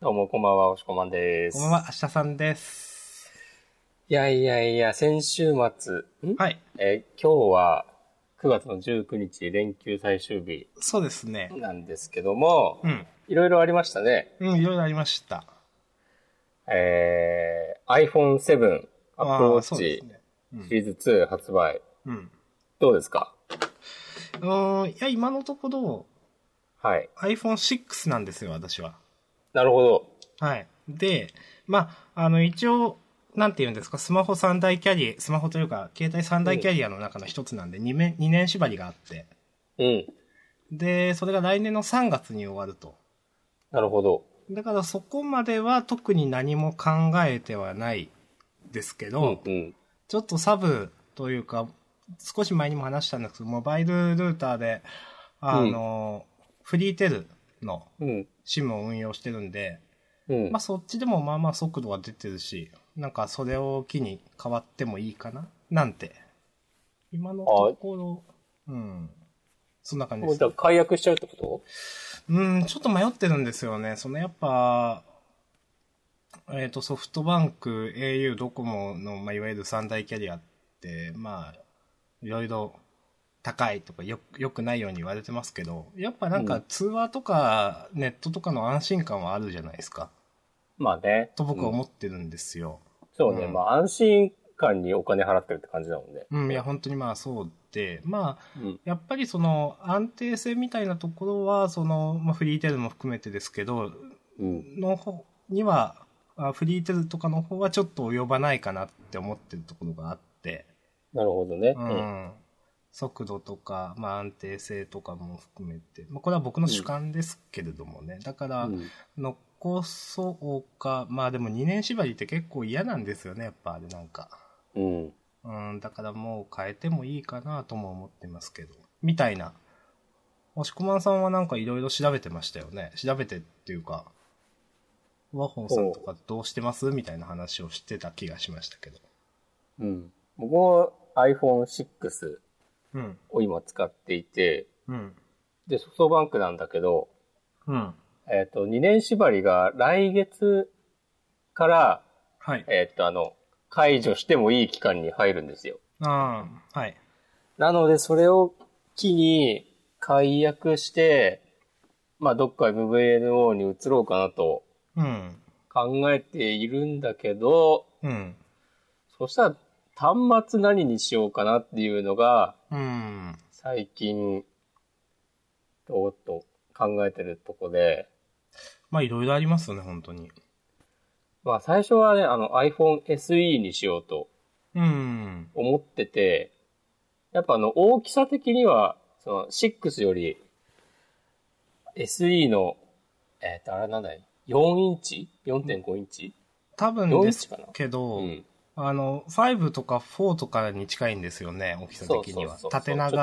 どうも、こんばんは、おしこまんです。こんばんは、明日さんです。いやいやいや、先週末、んはい。えー今日は9月の19日、連休最終日そうですね。なんですけども、うん。いろいろありましたね。うん、いろいろありました。えー、iPhone7、Apple あーそうです Watch、ね。シリーズ2発売。うん。どうですかうーん、いや、今のところ、はい。 iPhone6 なんですよ、私は。なるほど。はい。で、まあ、あの、一応、なんて言うんですか、スマホ三大キャリア、スマホというか、携帯三大キャリアの中の一つなんで、2年、二年縛りがあって。うん。で、それが来年の3月に終わると。なるほど。だからそこまでは特に何も考えてはないですけど、うん。ちょっとサブというか、少し前にも話したんですけど、モバイルルーターで、あの、フリーテルのうん。 SIM を運用してるんで、うんまあ。そっちでもまあまあ速度は出てるし、なんかそれを機に変わってもいいかななんて。今のところ、うん。そんな感じもでうじゃあす。解約しちゃうってことうん、ちょっと迷ってるんですよね。そのやっぱ、えっ、と、ソフトバンク、au、ドコモの、まあ、いわゆる三大キャリアって、まあ、いろいろ高いとかよ、よくないように言われてますけど、やっぱなんうか通話とかネットとかの安心感はあるじゃないですか。まあね。と僕はうん思ってるんですよ。そうね。うんまあ安心感にお金払ってるって感じだもんね。うん、いや、本当にまあそうで、まあ、うん。やっぱりその安定性みたいなところは、その、まあフリーテルも含めてですけど、うん。の方には、あフリーテルとかの方はちょっと及ばないかなって思ってるところがあって、なるほどね。う。ん。速度とか、まあ安定性とかも含めて、まあこれは僕の主観ですけれどもね。だから、うん残そうか、まあでも2年縛りって結構嫌なんですよね、やっぱあれなんか。うん。うん、だからもう変えてもいいかなとも思ってますけど。みたいな。押しこまんさんはなんかいろいろ調べてましたよね。調べてっていうか、ワホンさんとかどうしてますみたいな話をしてた気がしましたけど。うん。僕は iPhone6 うん。を今使っていて、うん。で、ソフトバンクなんだけど、うん。えっ、と、2年縛りが来月から、はい。えっ、と、あの、解除してもいい期間に入るんですよ。ああ、はい。なので、それを機に解約して、まあ、どっか MVNO に移ろうかなとうん。考えているんだけど、うん。そしたら端末何にしようかなっていうのが、うん。最近、おっと考えてるとこで、まあいろいろありますよね、本当に。まあ最初はね、あの iPhone SE にしようとうん。思ってて、やっぱあの大きさ的には、その6より SE の、えっ、と、あれなんだい、4インチ ?4.5 インチ、多分4イでンチすかなけど、うんあの、5とか4とかに近いんですよね、大きさ的にはそうそうそうそう。縦長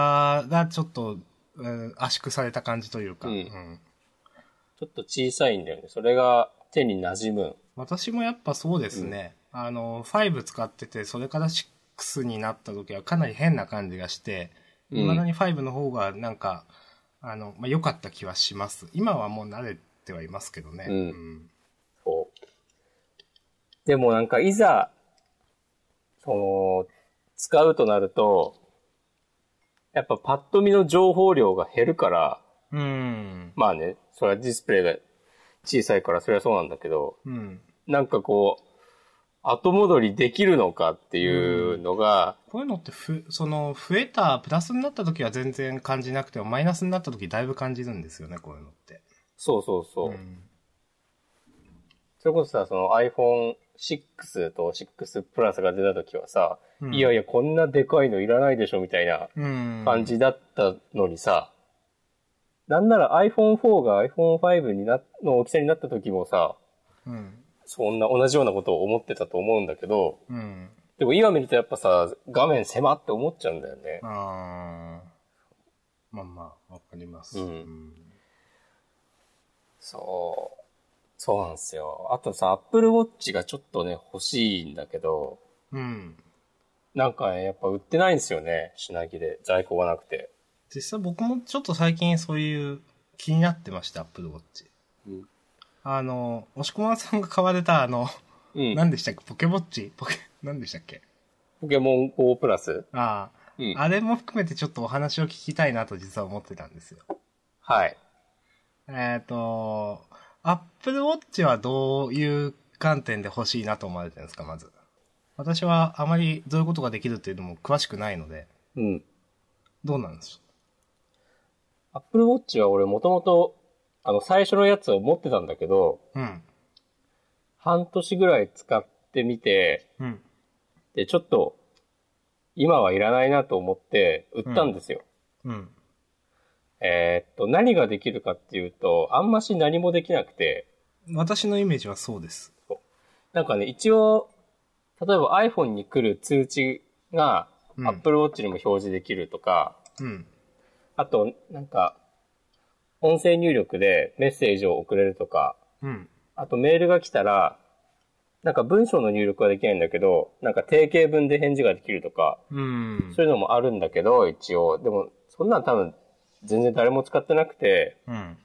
がちょっと、うん圧縮された感じというか、うんうんちょっと小さいんだよね。それが手に馴染む。私もやっぱそうですね。あの、5使ってて、それから6になった時はかなり変な感じがして、うん未だに5の方がなんか、あの、まあ、良かった気はします。今はもう慣れてはいますけどね。うんんこう。でもなんかいざ、その、使うとなると、やっぱパッと見の情報量が減るから、うん。まあね、それはディスプレイが小さいからそれはそうなんだけど、うん。なんかこう、後戻りできるのかっていうのが、こういうのってふ、その、増えた、プラスになった時は全然感じなくても、マイナスになった時だいぶ感じるんですよね、こういうのって。そうそうそう。うんそれこそさ、その iPhone6 と6 Plus が出た時はさ、うんいやいや、こんなでかいのいらないでしょみたいなうん。感じだったのにさ、なんなら iPhone4 が iPhone5 になの大きさになった時もさ、うん。そんな同じようなことを思ってたと思うんだけど、うん。でも今見るとやっぱさ、画面狭って思っちゃうんだよね。あーまあまあ、わかります。うんそう。そうなんですよ。あとさ、Apple Watch がちょっとね、欲しいんだけど、うん。うんなんかね、やっぱ売ってないんですよね。品切れ。在庫がなくて。実際僕もちょっと最近そういう気になってました、アップルウォッチ。あの、押し込まんさんが買われた、あの、うん。何でしたっけ、ポケモッチポケ、何でしたっけポケモン GO プラスああ、うん。あれも含めてちょっとお話を聞きたいなと実は思ってたんですよ。はい。えっ、と、Apple Watch はどういう観点で欲しいなと思われてるんですか、まず。私はあまりどういうことができるっていうのも詳しくないので、うん。どうなんです Apple Watch は俺もともと、あの、最初のやつを持ってたんだけど、うん。半年ぐらい使ってみて、うん。で、ちょっと、今はいらないなと思って、売ったんですよ。うん。えーっと、何ができるかっていうと、あんまし何もできなくて、私のイメージはそうです。なんかね、一応、例えば iPhone に来る通知がうん Apple Watch にも表示できるとか、うん。あと、なんか、音声入力でメッセージを送れるとか、うん。あとメールが来たら、なんか文章の入力はできないんだけど、なんか定型文で返事ができるとか、うん。そういうのもあるんだけど、一応。でも、そんなん多分、全然誰も使ってなくて、うん。は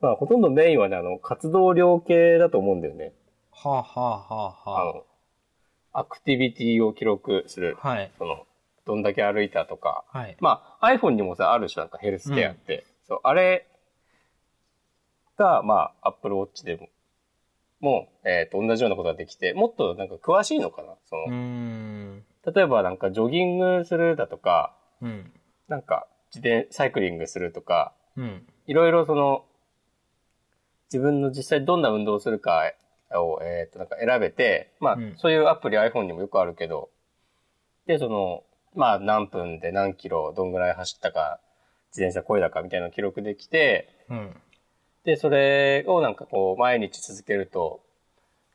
まあ、ほとんどメインはね、あの、活動量系だと思うんだよね。あ、はあはああはの、アクティビティを記録する。あ。はい。その、どんだけ歩いたとか。はい。まあ、iPhone にもさ、ある種なんかヘルスケアって。そう、あれが、まあ、Apple Watch でも、もう、えっ、と、同じようなことができて、もっとなんか詳しいのかなそうーの、ん。例えばなんかジョギングするだとか、うん。なんか、自転、サイクリングするとか、うん。いろいろその、自分の実際どんな運動をするかを、えーっと、なんか選べて、まあ、うんそういうアプリ iPhone にもよくあるけど、で、その、まあ、何分で何キロ、どんぐらい走ったか、自転車こいだかみたいなのを記録できて、うん。で、それをなんかこう、毎日続けると、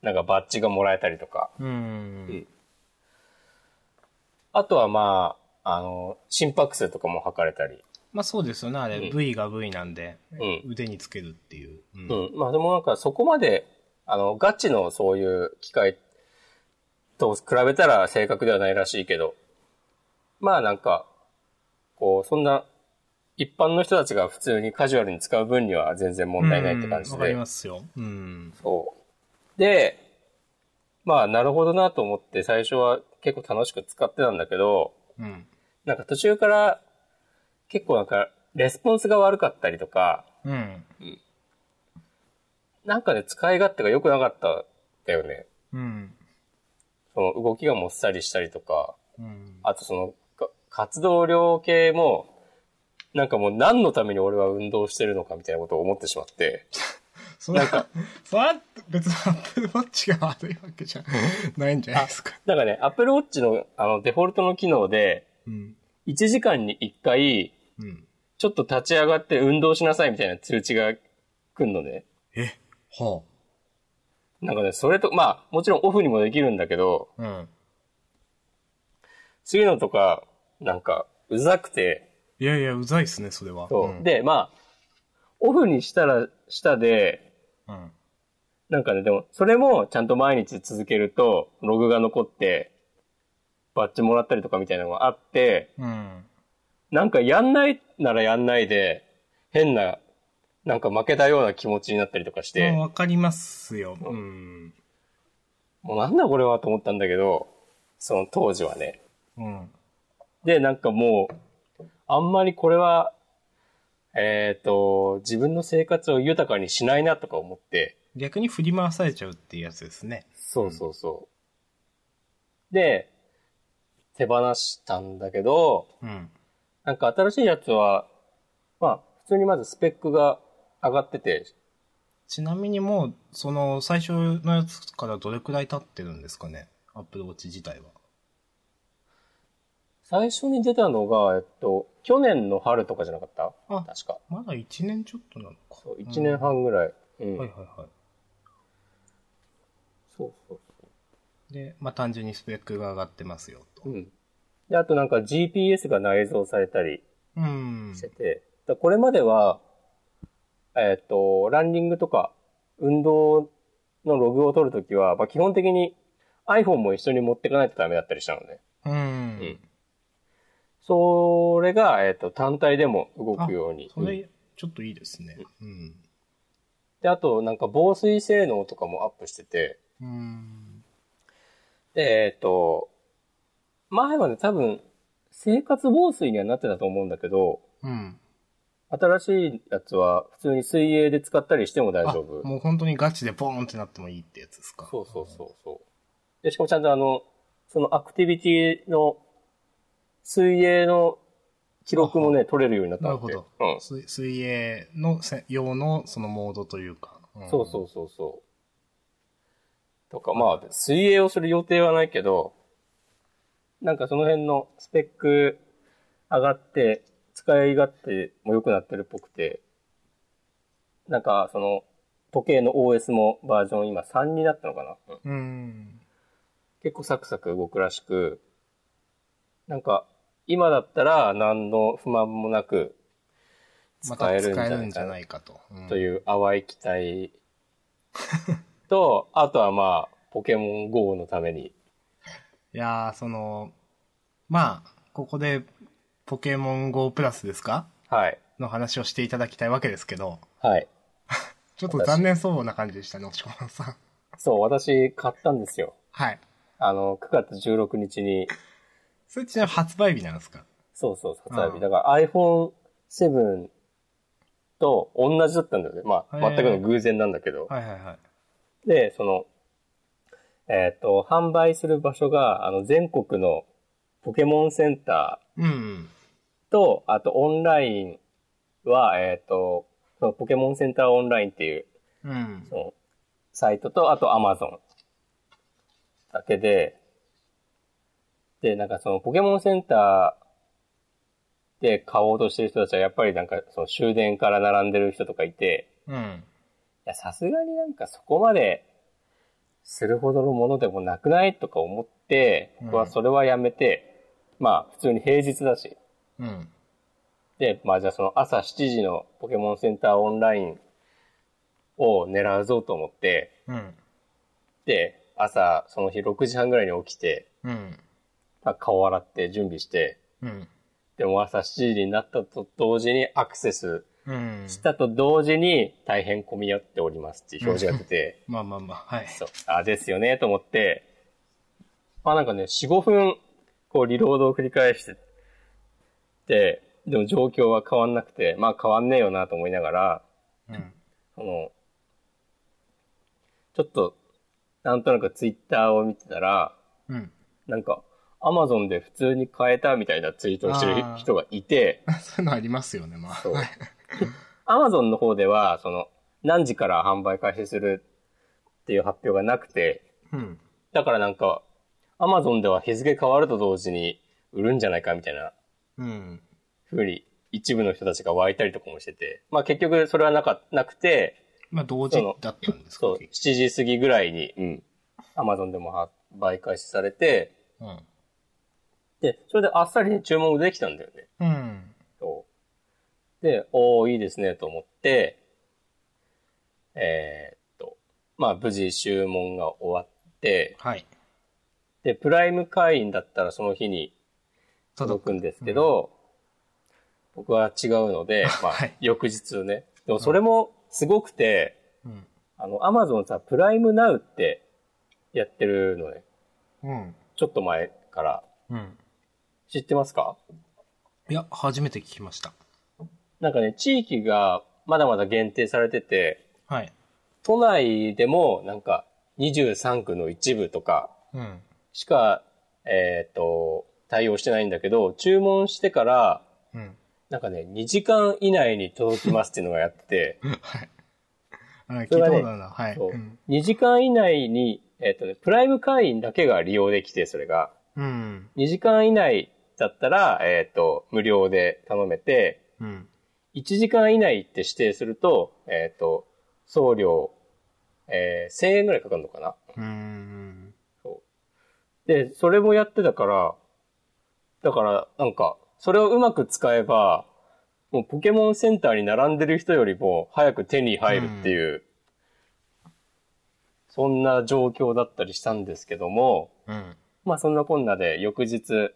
なんかバッジがもらえたりとか、うん。あとはまあ、あの、心拍数とかも測れたり、まあそうですよね、あうれ。ん V が V なんで、う腕につけるっていう。うんうん。まあでもなんかそこまで、あの、ガチのそういう機械と比べたら正確ではないらしいけど、まあなんか、こう、そんな、一般の人たちが普通にカジュアルに使う分には全然問題ないって感じうんわかで。りますよ。うん。そう。で、まあなるほどなと思って最初は結構楽しく使ってたんだけど、うん。なんか途中から結構なんかレスポンスが悪かったりとか、うん。なんかね、使い勝手が良くなかったんだよね。うん。その動きがもっさりしたりとか、うん。あとその、か活動量系も、なんかもう何のために俺は運動してるのかみたいなことを思ってしまって、それは、それは別に Apple Watch が悪いわけじゃないんじゃな いですか。なんかね、Apple Watch のあのデフォルトの機能で、うん。 1時間に1回、うん。ちょっと立ち上がって運動しなさいみたいな通知が来るので、え、ほなんかね、それと、まあ、もちろんオフにもできるんだけど、う。うん。そういうのとか、なんか、うざくて、いやいや、うざいっすね、それは。そう。ん、で、まあ、オフにしたら、したで、うん。なんかね、でも、それもちゃんと毎日続けると、ログが残って、バッジもらったりとかみたいなのがあって、うん。なんかやんないならやんないで、変な、なんか負けたような気持ちになったりとかしまあて、わかりますよ。うん。もうなんだこれはと思ったんだけど、その当時はね。うん。で、なんかもう、あんまりこれは、えっ、と、自分の生活を豊かにしないなとか思って、逆に振り回されちゃうっていうやつですね。そうそうそう。で、手放したんだけど、うん。なんか新しいやつは、まあ、普通にまずスペックが上がってて、ちなみにもう、その、最初のやつからどれくらい経ってるんですかね。Apple Watch 自体は。最初に出たのが、えっと、去年の春とかじゃなかったあ確か。まだ1年ちょっとなのか。そう、1年半ぐらい。うん。はいはいはい。そうそうそで、まあ、単純にスペックが上がってますよ、とう。。うん。で、あとなんか GPS が内蔵されたりうんしてて、だからこれまでは、えっと、ランニングとか、運動のログを取るときは、まあ基本的に iPhone も一緒に持ってかないとダメだったりしたのね。うん。それが、えっ、と、単体でも動くように。それ、ちょっといいですね。うん。で、あと、なんか防水性能とかもアップしてて、うん。で、えっと、前はね、多分、生活防水にはなってたと思うんだけど、うん。新しいやつは普通に水泳で使ったりしても大丈夫あ。もう本当にガチでポーンってなってもいいってやつですか。そうそうそうそう。で、しかもちゃんとあの、そのアクティビティの水泳の記録もね、取れるようになったなるわほけ。ど。うん。水水泳のせ用のそのモードというか。そうそうそうそう。とか、まあ、水泳をする予定はないけど、なんかその辺のスペック上がって、使い勝手も良くなってるっぽくて、なんかその時計の OS もバージョン今3になったのかな、うんうん。うん。結構サクサク動くらしく、なんか今だったら何の不満もなく使まえたるんじ使ゃえるないんじかゃなないかと。うんという淡い期待と、あとはまあ、ポケモン GO のために。いやー、その、まあ、ここで、ポケモン GO プラスですかはい。の話をしていただきたいわけですけど、はい。ちょっと残念そうな感じでしたね、押し込まさん。そう、私買ったんですよ。はい。あの、9月16日に、それちなみに発売日なんですかそうそう、発売うん日。だから iPhone7 と同じだったんだよね。まあ、へー全くの偶然なんだけど。はいはいはい。で、その、えっ、と、販売する場所が、あの、全国のポケモンセンター、うん。と、あとオンラインは、えっ、と、そのポケモンセンターオンラインっていううんそ。のサイトと、あとアマゾンだけで、で、なんかそのポケモンセンターで買おうとしてる人たちはやっぱりなんかその終電から並んでる人とかいて、うん。いや、さすがになんかそこまでするほどのものでもなくないとか思って、僕はそれはやめて、まあ普通に平日だし、うん。で、まあじゃあその朝7時のポケモンセンターオンラインを狙うぞと思って、うん。で、朝その日6時半ぐらいに起きて、うん。まあ、顔洗って準備して、うん。でも朝7時になったと同時にアクセスうん。したと同時に大変混み合っておりますっていう表示が出て、まあまあまあ、はい。そう、あ、ですよねと思って、まあなんかね、4、5分こうリロードを繰り返してて、でも状況は変わんなくて、まあ変わんねえよなと思いながら、うん。その、ちょっと、なんとなくツイッターを見てたら、うん。なんか、アマゾンで普通に買えたみたいなツイートをしてるあー人がいて、そういうのありますよね、まあ。 そう。アマゾンの方では、その、何時から販売開始するっていう発表がなくて、うん。だからなんか、アマゾンでは日付変わると同時に売るんじゃないかみたいなうん。風に一部の人たちが湧いたりとかもしてて、まあ結局それはなか、なくて、まあ、同時だったんですかそう、結7時過ぎぐらいに、うん、アマゾンでも発売開始されて、局で、それであっさりに注文できたんだよね。うん。うん。そう。で、おー、いいですね、と思って、えーっと、まあ、無事注文が終わって、はい。で、プライム会員だったらその日に届くんですけど、僕は違うの で、まあはい、翌日ね。でもそれもすごくて、うん。あの、アマゾンさ、プライムナウってやってるのね。うん。ちょっと前から。うん。知ってますかいや、初めて聞きました。なんかね、地域がまだまだ限定されてて、はい。都内でもなんか23区の一部とかうん。しか、えっ、と、対応してないんだけど、注文してから、うん。なんかね、2時間以内に届きますっていうのがやってはい。あ聞いそたれはねことあるな。はて、い。そううん。 2時間以内に、えっ、とね、プライム会員だけが利用できて、それが。うん。 2時間以内だったら、えっ、と、無料で頼めて、うん。 1時間以内って指定すると、えっ、と、送料、えー1000円ぐらいかかるのかなうん。で、それもやってたから、だから、なんか、それをうまく使えば、もうポケモンセンターに並んでる人よりも早く手に入るっていう、そんな状況だったりしたんですけども、うん。まあそんなこんなで翌日、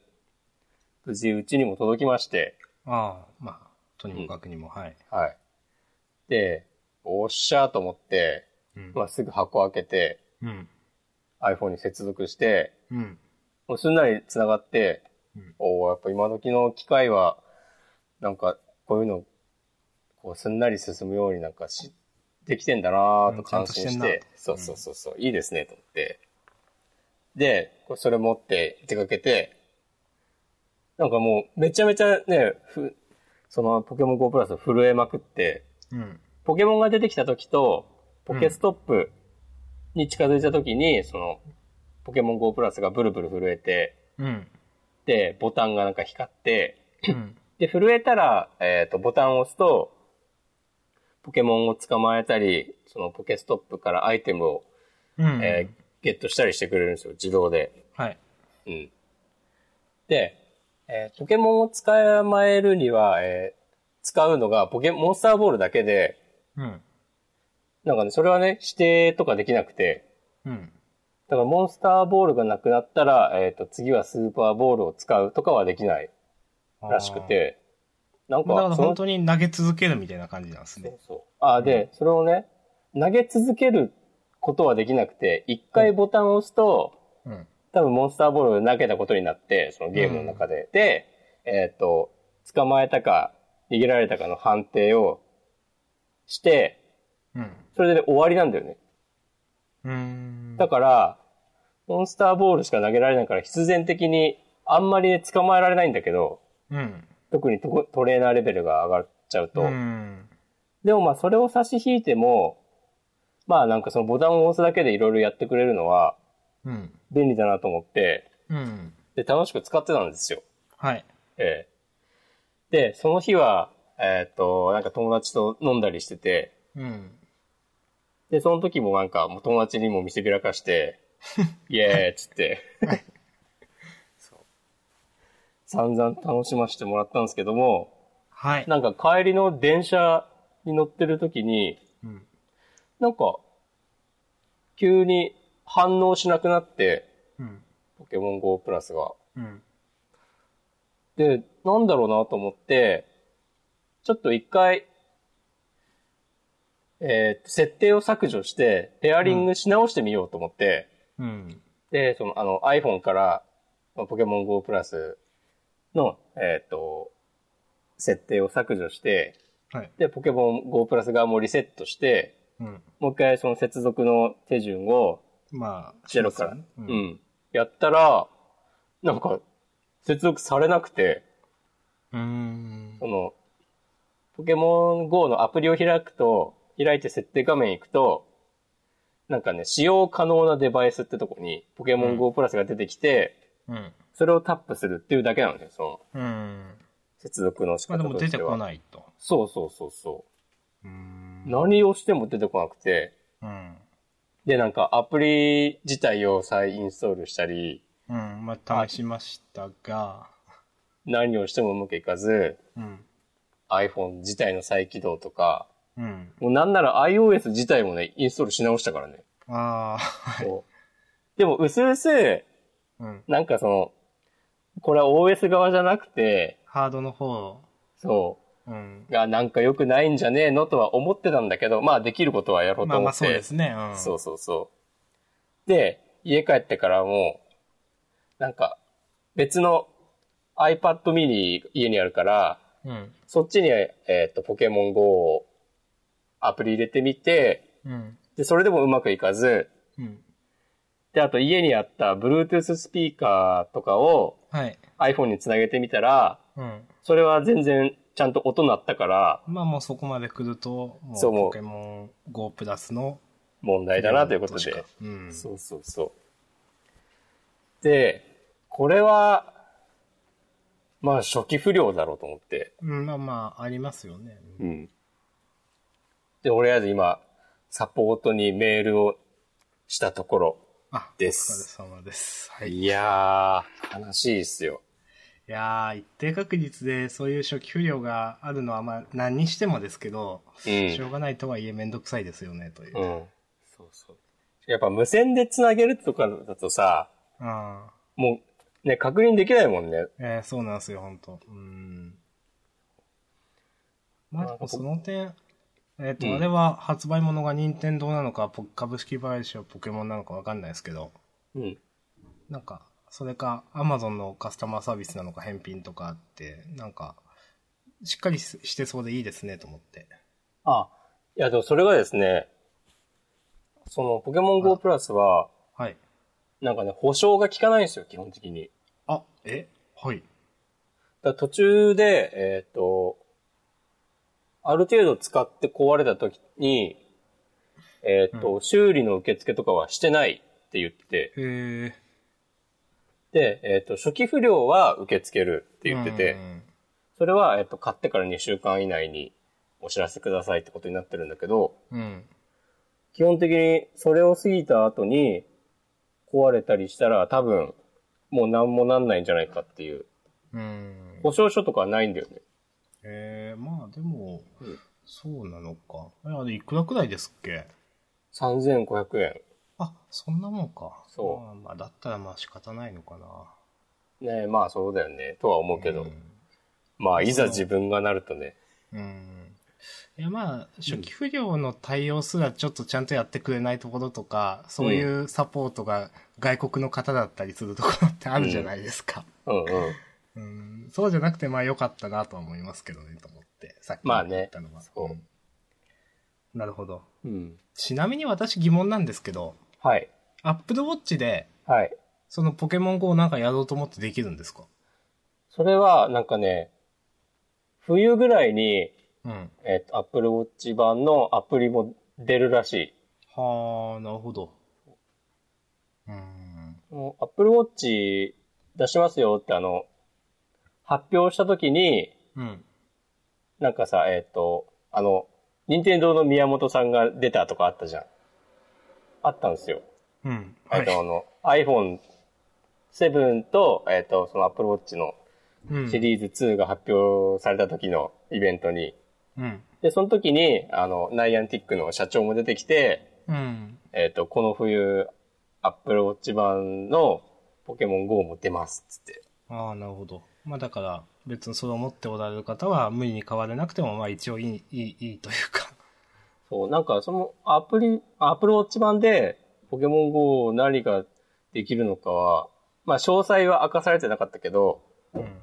無事うちにも届きまして、ああ、まあ、とにもかくにも、はい。はい。で、おっしゃーと思って、うん。まあ、すぐ箱開けて、うん。 iPhone に接続して、うん。もうすんなり繋がって、うんおおやっぱ今時の機械は、なんか、こういうの、こう、すんなり進むようになんかし、できてんだなうぁんとちゃ感んと心してしんなて、そうそうそうそう、いいですね、と思って。で、こうそれ持って出かけて、なんかもう、めちゃめちゃね、ふ、その、ポケモン GO プラス震えまくって、うん。ポケモンが出てきた時と、ポケストップに近づいた時に、その、ポケモン GO プラスがブルブル震えて、うん。で、ボタンがなんか光って、うん。で、震えたら、えっ、と、ボタンを押すと、ポケモンを捕まえたり、そのポケストップからアイテムを、うん。えーゲットしたりしてくれるんですよ、自動で。はい。うん。で、えーポケモンを捕まえるには、えー使うのがポケ、モンスターボールだけで、うん。なんかね、それはね、指定とかできなくて、うん。だからモンスターボールがなくなったら、えっ、と、次はスーパーボールを使うとかはできないらしくて、なんあー。だかか、らその本当に投げ続けるみたいな感じなんですそねう。そう。あ、で、それをね、投げ続けることはできなくて、一回ボタンを押すと、うん。多分モンスターボールを投げたことになって、そのゲームの中で。で、えっ、と、捕まえたか、逃げられたかの判定をして、うん。それで終わりなんだよね。うーん。だから、モンスターボールしか投げられないから必然的にあんまり捕まえられないんだけど、うん。特にトコトレーナーレベルが上がっちゃうと。うん。でもまあそれを差し引いても、まあなんかそのボタンを押すだけでいろいろやってくれるのはうん。便利だなと思って、うん。で、楽しく使ってたんですよ。はい。ええ。で、その日は、えーっと、なんか友達と飲んだりしてて、うん。で、その時もなんかもう友達にも見せびらかして、イエーイっつって、 散々楽しませてもらったんですけども、はい。なんか帰りの電車に乗ってる時に、うん。なんか、急に反応しなくなって、うん。ポケモン GO プラスが。うん。で、なんだろうなと思って、ちょっと一回、えー設定を削除して、ペアリングし直してみようと思って、うん。で、その、あの、iPhone から、まあポケモン GO プラスの、えっ、と、設定を削除して、はい。で、ポケモン GO プラス側もリセットして、うん。もう一回その接続の手順をまあ、ゼロから、しますうよん、ねうん。やったら、なんか、接続されなくて、うーんそ。の、ポケモン GO のアプリを開くと、開いて設定画面行くと、なんかね、使用可能なデバイスってとこに、ポケモン GO プラスが出てきて、うん。それをタップするっていうだけなんですよ、その、うん。接続の仕まあ方でとしては。も出てこないと。そうそうそうそうーんう。何をしても出てこなくて、うん。で、なんかアプリ自体を再インストールしたり、うん。まあ、試しましたが、何をしてもうまくいかず、うん。 iPhone 自体の再起動とか、うん。もうなんなら iOS 自体もね、インストールし直したからね。ああ、はい。そうでも、うすうす、 うん。なんかその、これは OS 側じゃなくて、ハードの方、そうんう、。がなんか良くないんじゃねえのとは思ってたんだけど、まあできることはやろうまとあ思まあって。そうですね。うん。そうそうそう。で、家帰ってからも、なんか、別の iPad mini 家にあるから、うん。そっちに、えっ、と、ポケモン GO をアプリ入れてみて、うん。で、それでもうまくいかず、うん。で、あと家にあった Bluetooth スピーカーとかをはい。 iPhone につなげてみたら、うん。それは全然ちゃんと音鳴ったからまあもうそこまで来ると、もうそうもうポケモン GO プラスの。問題だなということで。。うん。そうそうそう。で、これは、まあ初期不良だろうと思って。うん。まあまあ、ありますよね。うん。で、とりあえず今、サポートにメールをしたところ。あ、ですお疲れ様です。はい。いいやー、悲しいっすよ。やー、一定確率でそういう初期不良があるのは、まあ何にしてもですけど、うしょん。うがないとはいえめんどくさいですよね、という。うん。そうそう。やっぱ無線で繋げるとかだとさ、ああ。もうね、確認できないもんね。えーそうなんですよ、本当うん。ままあ、あでもその点、えっ、と、うんあれは発売物が任天堂なのか、ポ株式会社ポケモンなのかわかんないですけど、うん。なんか、それか Amazon のカスタマーサービスなのか返品とかあって、なんか、しっかりししてそうでいいですねと思って。あ、いや、でもそれがですね、その、ポケモン GO プラスは、はい。なんかね、保証が効かないんですよ、基本的に。あ、えはい。だから途中で、えっ、と、ある程度使って壊れた時に、えっ、と、修理の受付とかはしてないって言って、へー。ってで、えっ、と、初期不良は受け付けるって言ってて、それは、えっと、買ってから2週間以内にお知らせくださいってことになってるんだけど、うん。基本的にそれを過ぎた後に壊れたりしたら多分もう何もなんないんじゃないかっていう。うん。保証書とかはないんだよね。えー、まあでも、うんそうなのか。えあれ、いくらくらいですっけ3500円。あ、そんなもんか。そうまあ、まあ、だったらまあ仕方ないのかな。ねえ、まあそうだよね。とは思うけど。うんまあいざ自分がなるとね。うん。いやまあ、初期不良の対応すらちょっとちゃんとやってくれないところとか、そういうサポートが外国の方だったりするところってあるじゃないですか。うんうん。うん。そうじゃなくて、まあ良かったなとは思いますけどね、と思って、さっきまあね言ったのは。そううんなるほど。うん。ちなみに私疑問なんですけど、はい。 Apple Watch で、はい。そのポケモン GO なんかやろうと思ってできるんですかそれはなんかね、冬ぐらいに、うん。えっと、Apple Watch 版のアプリも出るらしい。はあ、なるほど。うーん。もう Apple Watch 出しますよってあの、発表した時に、うん。なんかさ、えっ、と、あの、任天堂の宮本さんが出たとかあったじゃん。あったんですよ。うん。えっ、と、あの、iPhone7 と、えっ、と、その Apple Watch のうんシリーズ2が発表された時のイベントに。うん。で、その時に、あの、ナイアンティックの社長も出てきて、うん。えっ、と、この冬、Apple Watch 版のポケモン GO も出ます、つって。ああ、なるほど。まあだから、別にそれを持っておられる方は無理に買われなくても、まあ一応いい、いい、いいというか。そう、なんかそのアプリ、アプローチ版でポケモン GO 何ができるのかは、まあ詳細は明かされてなかったけど、うん。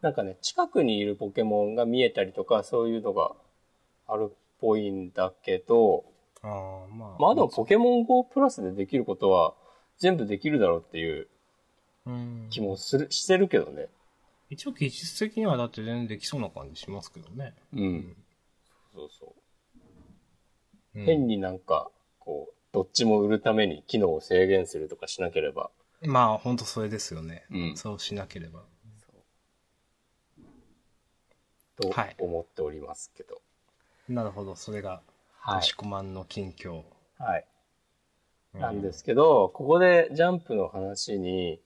なんかね、近くにいるポケモンが見えたりとか、そういうのがあるっぽいんだけど、ああ、まあ。まあでもポケモン GO プラスでできることは全部できるだろうっていううん。気もする、してるけどね。一応技術的にはだって全然できそうな感じしますけどね。うん。そうそうう。ん変になんか、こう、どっちも売るために機能を制限するとかしなければ。まあ本当それですよね。うんそうしなければ。とはい思っておりますけど。なるほど。それが、はい押し込まんの近況。。はい。なんですすけど、ここでジャンプの話に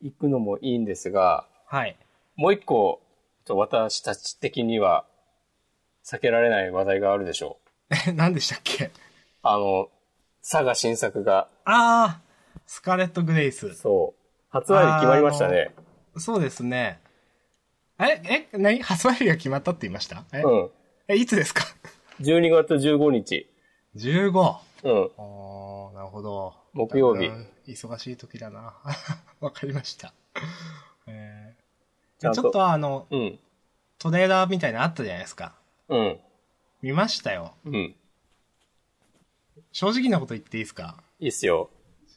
行くのもいいんですが、はい。 もう一個、ちょっと私たち的には避けられない話題があるでしょう。え、何でしたっけあの、佐賀新作が、ああ、スカーレット・グレイス。そう、発売日決まりましたね。そうですね。え、え、何発売日が決まったって言いましたえ、うん。えいつですか12月15日。 ?15。あうん。ー、なるほど。木曜日うん忙しい時だな。 わかりました。えーちゃんちとょっとあの、うん。トレーラーみたいなのあったじゃないですか。うん。見ましたよ。うん。正直なこと言っていいですかいいっすよ。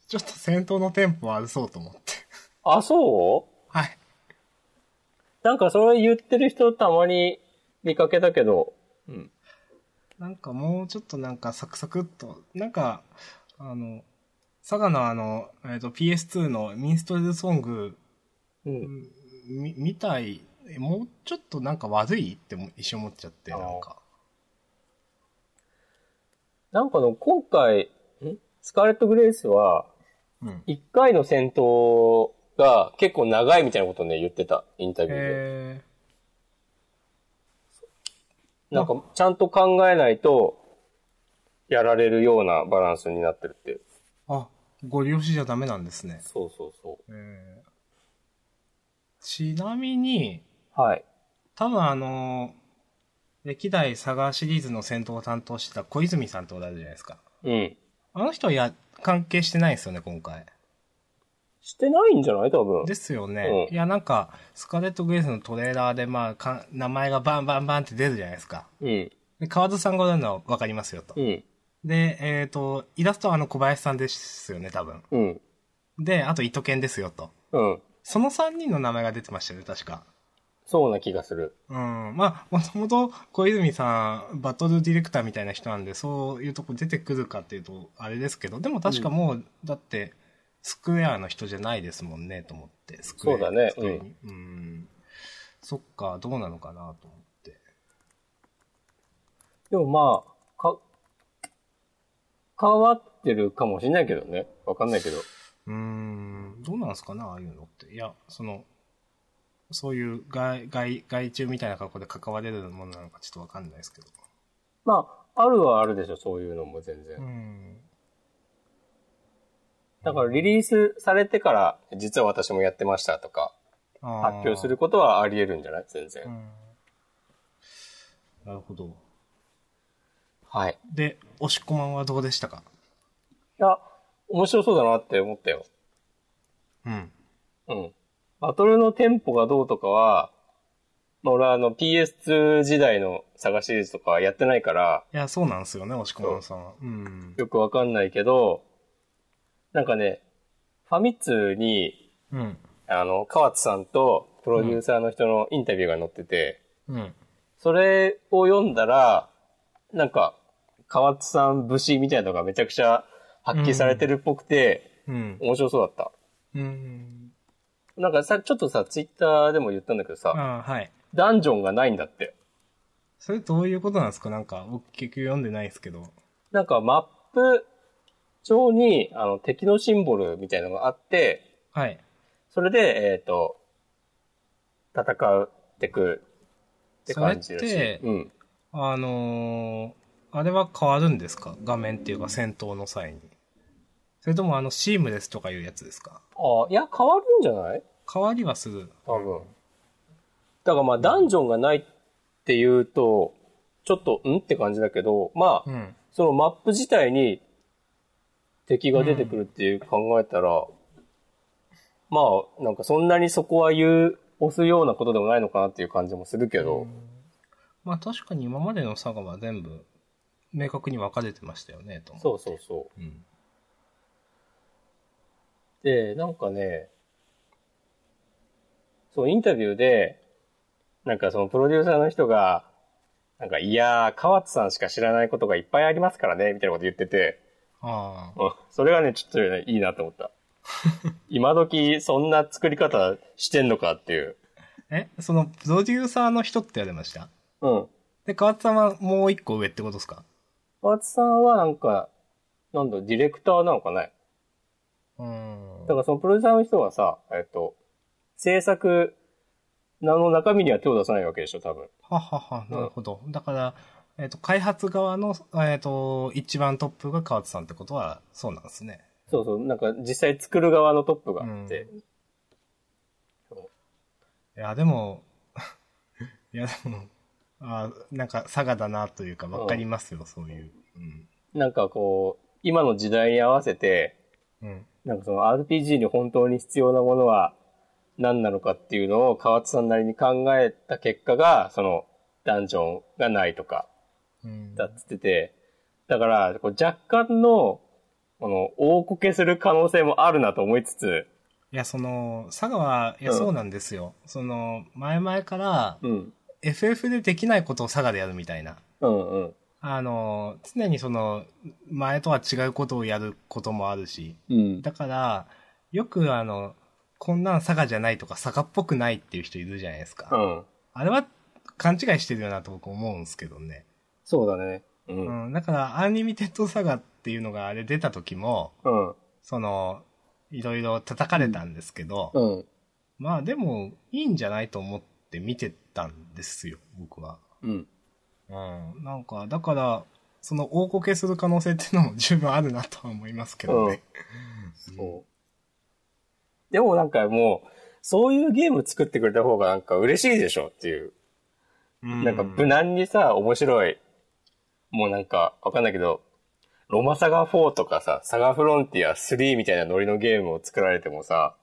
ちょっと戦闘のテンポ悪そうと思って。あ、そうはい。なんかそれ言ってる人たまに見かけたけど。うん。なんかもうちょっとなんかサクサクっと、なんか、あの、佐賀のあの、えっ、と PS2 のミンストレルソングうん。み、みたい、えもうちょっとなんか悪いっても一瞬思っちゃって、あなーんか。なんかあの、今回、んスカーレット・グレイスは、うん。一回の戦闘が結構長いみたいなことをね、言ってた、インタビューで。えなんか、ちゃんと考えないと、やられるようなバランスになってるって。ー、あ、ご利用しじゃダメなんですね。そうそうそえー、ちなみに、う。はい。多分あの歴代サガシリーズの戦闘を担当してた小泉さんってことあるじゃないですか。うん。あの人はや、関係してないですよね、今回。してないんじゃない多分。ですよね。うんいや、なんか、スカーレット・グレイスのトレーラーで、まあか、名前がバンバンバンって出るじゃないですか。うん。で、河津さんが出るのはわかりますよとう。ん。で、えっ、と、イラストはあの小林さんですよね、多分。うん。で、あと、糸犬ですよと。うん。その3人の名前が出てましたよね、確か。そうな気がする。うん。まあ、もともと小泉さん、バトルディレクターみたいな人なんで、そういうとこ出てくるかっていうと、あれですけど、でも確かもう、だって、スクエアの人じゃないですもんね、と思って。スクエアそうだねスクエアにうん。そっか、どうなのかな、と思って。でもまあ、か、変わってるかもしれないけどね。わかんないけど。うん、どうなんですかね、ああいうのって。いや、その、そういう外、外、外注みたいな格好で関われるものなのかちょっとわかんないですけど。まあ、あるはあるでしょ、そういうのも全然。うん。だからリリースされてから、実は私もやってましたとか、発発表することはあり得るんじゃない全然。なるほど。はい。で、押し込まんはどうでしたかいや、面白そうだなって思ったよ。うん。うん。バトルのテンポがどうとかは、まあ俺はあの PS2 時代の探しシリーズとかはやってないから、いや、そうなんですよね、押し込まんさんは。うん。よくわかんないけど、なんかね、ファミ通に、うん。あの、河津さんとプロデューサーの人のインタビューが載ってて、うん。それを読んだら、なんか、河津さん節みたいなのがめちゃくちゃ発揮されてるっぽくて、うん。面白そうだった。うん。なんかさ、ちょっとさ、ツイッターでも言ったんだけどさ、ああ、はい。ダンジョンがないんだって。それどういうことなんですかなんか、僕結局読んでないですけど。なんかマップ上に、あの、敵のシンボルみたいなのがあって、はい。それで、えっ、と、戦うってくって感じらしそれいって。うん。あのー、あれは変わるんですか画面っていうか戦闘の際に。それともあの、シームレスとかいうやつですかああ、いや、変わるんじゃない変わりはする。多分。だからまあ、ダンジョンがないっていうと、ちょっと、んって感じだけど、まあ、うん。そのマップ自体に敵が出てくるっていう考えたら、まあ、なんかそんなにそこは言う、押すようなことでもないのかなっていう感じもするけど、まあ確かに今までのサガは全部、明確に分かれてましたよね、と思う。そうそうそう。うん。で、なんかね、そう、インタビューで、なんかそのプロデューサーの人が、なんか、いやー、河津さんしか知らないことがいっぱいありますからね、みたいなこと言ってて、ああ。うんそれがね、ちょっとね、いいなと思 った。今時、そんな作り方してんのかっていう。えその、プロデューサーの人ってやれましたうん。で、河津さんはもう一個上ってことですか河津さんはなんか、なんだ、ディレクターなのかね。うーんだからそのプロデューサーの人はさ、えっと、制作、の中身には手を出さないわけでしょ、多分。ははは、なるほど。だから、えっ、と、開発側の、えっ、と、一番トップが河津さんってことは、そうなんですね。そうそう、なんか実際作る側のトップがあって。いや、でも、 いや、でも、あーなんか、佐賀だなというか、わかりますよ、そういう。うん。なんかこう、今の時代に合わせて、うん。なんかその RPG に本当に必要なものは何なのかっていうのを河津さんなりに考えた結果が、そのダンジョンがないとか、うん、だっつってて、だからこう若干の、この、大こけする可能性もあるなと思いつつ、いや、その、佐賀は、いや、うんそうなんですよ。その、前々から、うん、 FF でできないことを佐賀でやるみたいな。うん、うん、あの、常にその、前とは違うことをやることもあるし。うん、だから、よくあの、こんなん佐賀じゃないとか、佐賀っぽくないっていう人いるじゃないですか。うん、あれは、勘違いしてるよなと僕思うんですけどね。そうだね。う、うんん。だから、アンリミテッド佐賀っていうのがあれ出た時も、うん、その、いろいろ叩かれたんですけど、うん、まあでも、いいんじゃないと思って見てたんですよ、僕は。うん。うん。なんか、だから、その大こけする可能性っていうのも十分あるなとは思いますけどね。そう。でもなんかもう、そういうゲーム作ってくれた方がなんか嬉しいでしょっていう。なんか無難にさ、面白い、もうなんか、わかんないけど、ロマサガ4とかさ、サガフロンティア3みたいなノリのゲームを作られてもさ、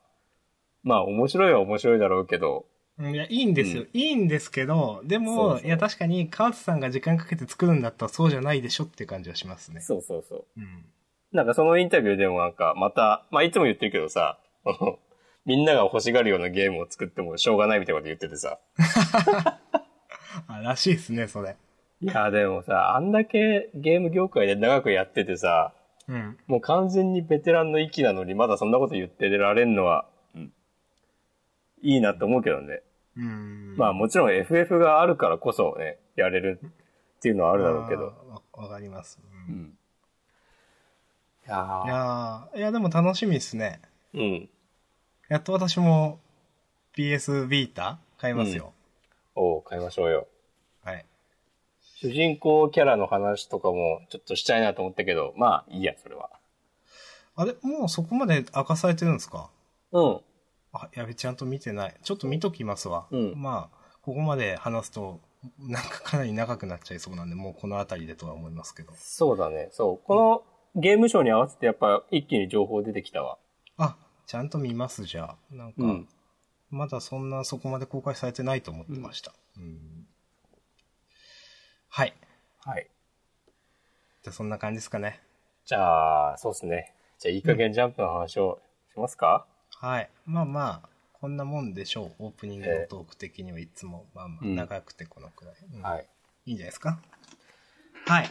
まあ面白いは面白いだろうけど、うんいや、いいんですよ。ういいんですけど、でも、そうそういや、確かに、川津さんが時間かけて作るんだったらそうじゃないでしょっていう感じはしますね。そうそうそう。うん。なんかそのインタビューでもなんか、また、まあいつも言ってるけどさ、 あのみんなが欲しがるようなゲームを作ってもしょうがないみたいなこと言っててさ。あ、らしいですね、それ。いや、でもさ、あんだけゲーム業界で長くやっててさ、うん。もう完全にベテランの域なのにまだそんなこと言ってられんのは、いいなと思うけどね。うん。まあもちろん FF があるからこそね、やれるっていうのはあるだろうけど。あー。わわかります。ううんん。いやいーやーいや、でも楽しみですね。うん。やっと私も PS ビータ買いますよ。おう買いましょうよ。はい。主人公キャラの話とかもちょっとしたいなと思ったけど、まあいいや、それは。あれ、もうそこまで明かされてるんですかうん。あ、やべ、ちゃんと見てない。ちょっと見ときますわ。うんまあ、ここまで話すと、なんかかなり長くなっちゃいそうなんで、もうこの辺りでとは思いますけど。そうだね。そう。このゲームショーに合わせてやっぱ一気に情報出てきたわ。あ、ちゃんと見ます、じゃあ。なんか、うんまだそんなそこまで公開されてないと思ってました。うんはい。はい。じゃあそんな感じですかね。じゃあ、そうですね。じゃあいい加減ジャンプの話をしますか、はい。まあまあ、こんなもんでしょう。オープニングのトーク的にはいつも、まあまうあ、ん長くてこのくらい。うんはい。いいんじゃないですか。はい。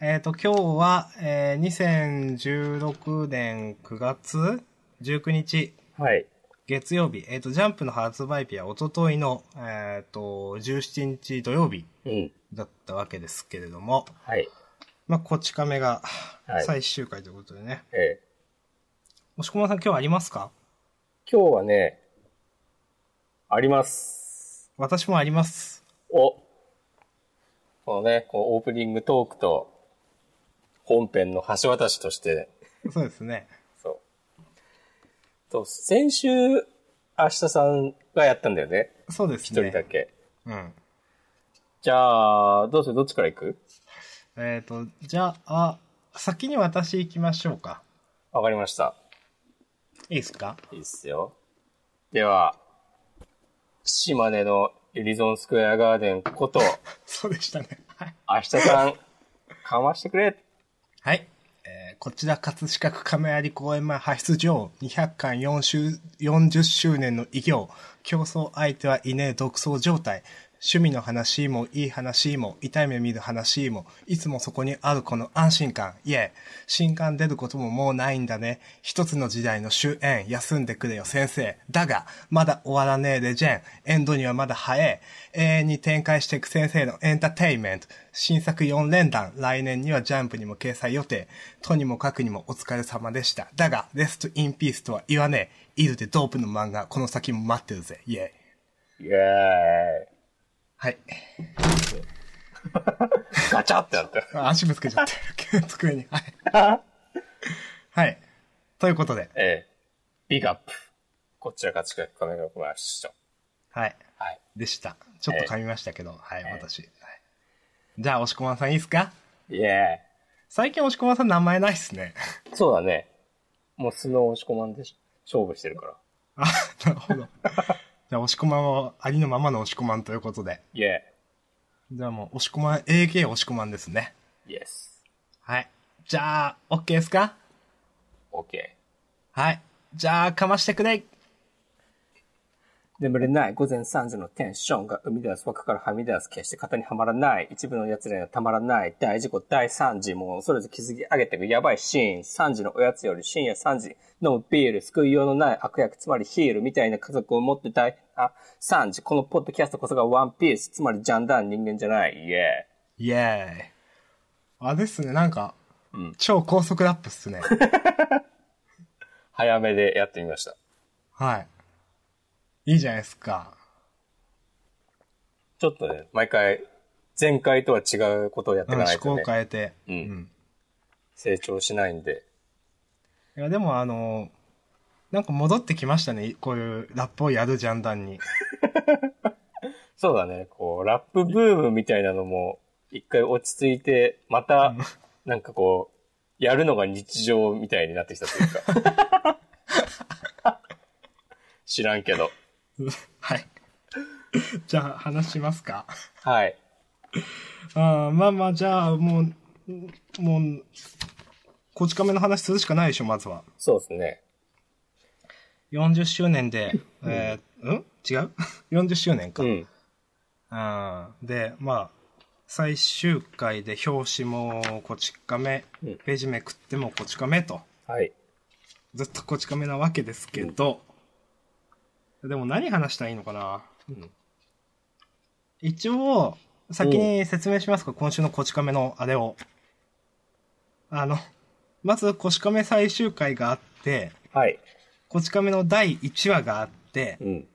えっ、と、今日は、えー2016年9月19日、はい。月曜日、えっ、と、ジャンプの発売日はおとといの、えっ、と、17日土曜日うん。だったわけですけれども、はい。まあ、こち亀がはい最終回ということでね。ええもしこまさん今日ありますか今日はね、あります。私もあります。おこのね、こうオープニングトークと本編の橋渡しとして、そうですね。そう。と、先週、明日さんがやったんだよね。そうです一ね。人だけ。うん。じゃあ、どうするどっちから行くえっ、と、じゃあ、先に私行きましょうか。わかりました。いいですかいいっすよ。では、島根のユリゾンスクエアガーデンこと、そうでしたね。は明い。日さん、かましてくれはい。えーこちら、葛飾区亀有公園前派出場、200巻4周40周年の偉業、競争相手はいねえ独走状態、趣味の話もいい話も、痛い目見る話も、いつもそこにあるこの安心感、いえ、新刊出ることももうないんだね。一つの時代の終焉、休んでくれよ先生。だが、まだ終わらねえレジェン、エンドにはまだ早え。永遠に展開していく先生のエンターテインメント。新作4連弾、来年にはジャンプにも掲載予定。とにもかくにもお疲れ様でした。だが、レストインピースとは言わねえ。イルでドープの漫画、この先も待ってるぜ。イェイ。イエはい。ーイガチャってなった。あ足ぶつけちゃった。机に。はい。はい。ということで。ええビッグアップ。こちらが近く、亀が来ました。はい。はい。でした。ちょっと噛みましたけど、はい、私。はいじゃあ、押し込まさんいいですかイエ最近押し込まさん名前ないっすね。ーイそうだね。もう素の押し込まんでし勝負してるから。あ、なるほど。じゃあ、押し込まんはありのままの押し込まんということで。イエじゃあもう、押し込まん、AK 押し込まんですね。ーイ。イエス。はい。じゃあ、OK ですかオッケはい。じゃあ、かましてくれー。眠れない午前3時のテンションが生み出す枠からはみ出す決して型にはまらない一部の奴らにはたまらない大事故第3時もうそれぞれ築き上げていくやばいシーン3時のおやつより深夜3時飲むビール救いようのない悪役つまりヒールみたいな家族を持ってたいあ3時このポッドキャストこそがワンピースつまりジャンダン人間じゃないイエイェーイ。あ、ですね、なんか、うん超高速ラップ っすね。ー早めでやってみましたはい。いいじゃないですか。ちょっとね毎回前回とは違うことをやってういん、かないと趣向をね変えて。うんうん成長しないんでいや、でもあの、なんか戻ってきましたね。こういうラップをやるジャンダンに。そうだね。こう、ラップブームみたいなのも、一回落ち着いて、また、なんかこう、やるのが日常みたいになってきたというか。 知らんけど。 はい。じゃあ、話しますか。はい。あーまあまあ、じゃあ、もう、もう、こち亀の話するしかないでしょ、まずは。そうですね。 40周年で、えー、うん違う ?40 周年か。うん。うんで、まあ、最終回で表紙もこち亀、うんページめくってもこち亀と、はい。ずっとこち亀なわけですけど、でも何話したらいいのかなうん一応、先に説明しますか、今週のこち亀のあれを。あの、まずこち亀最終回があって、はい。こち亀の第1話があって、うん。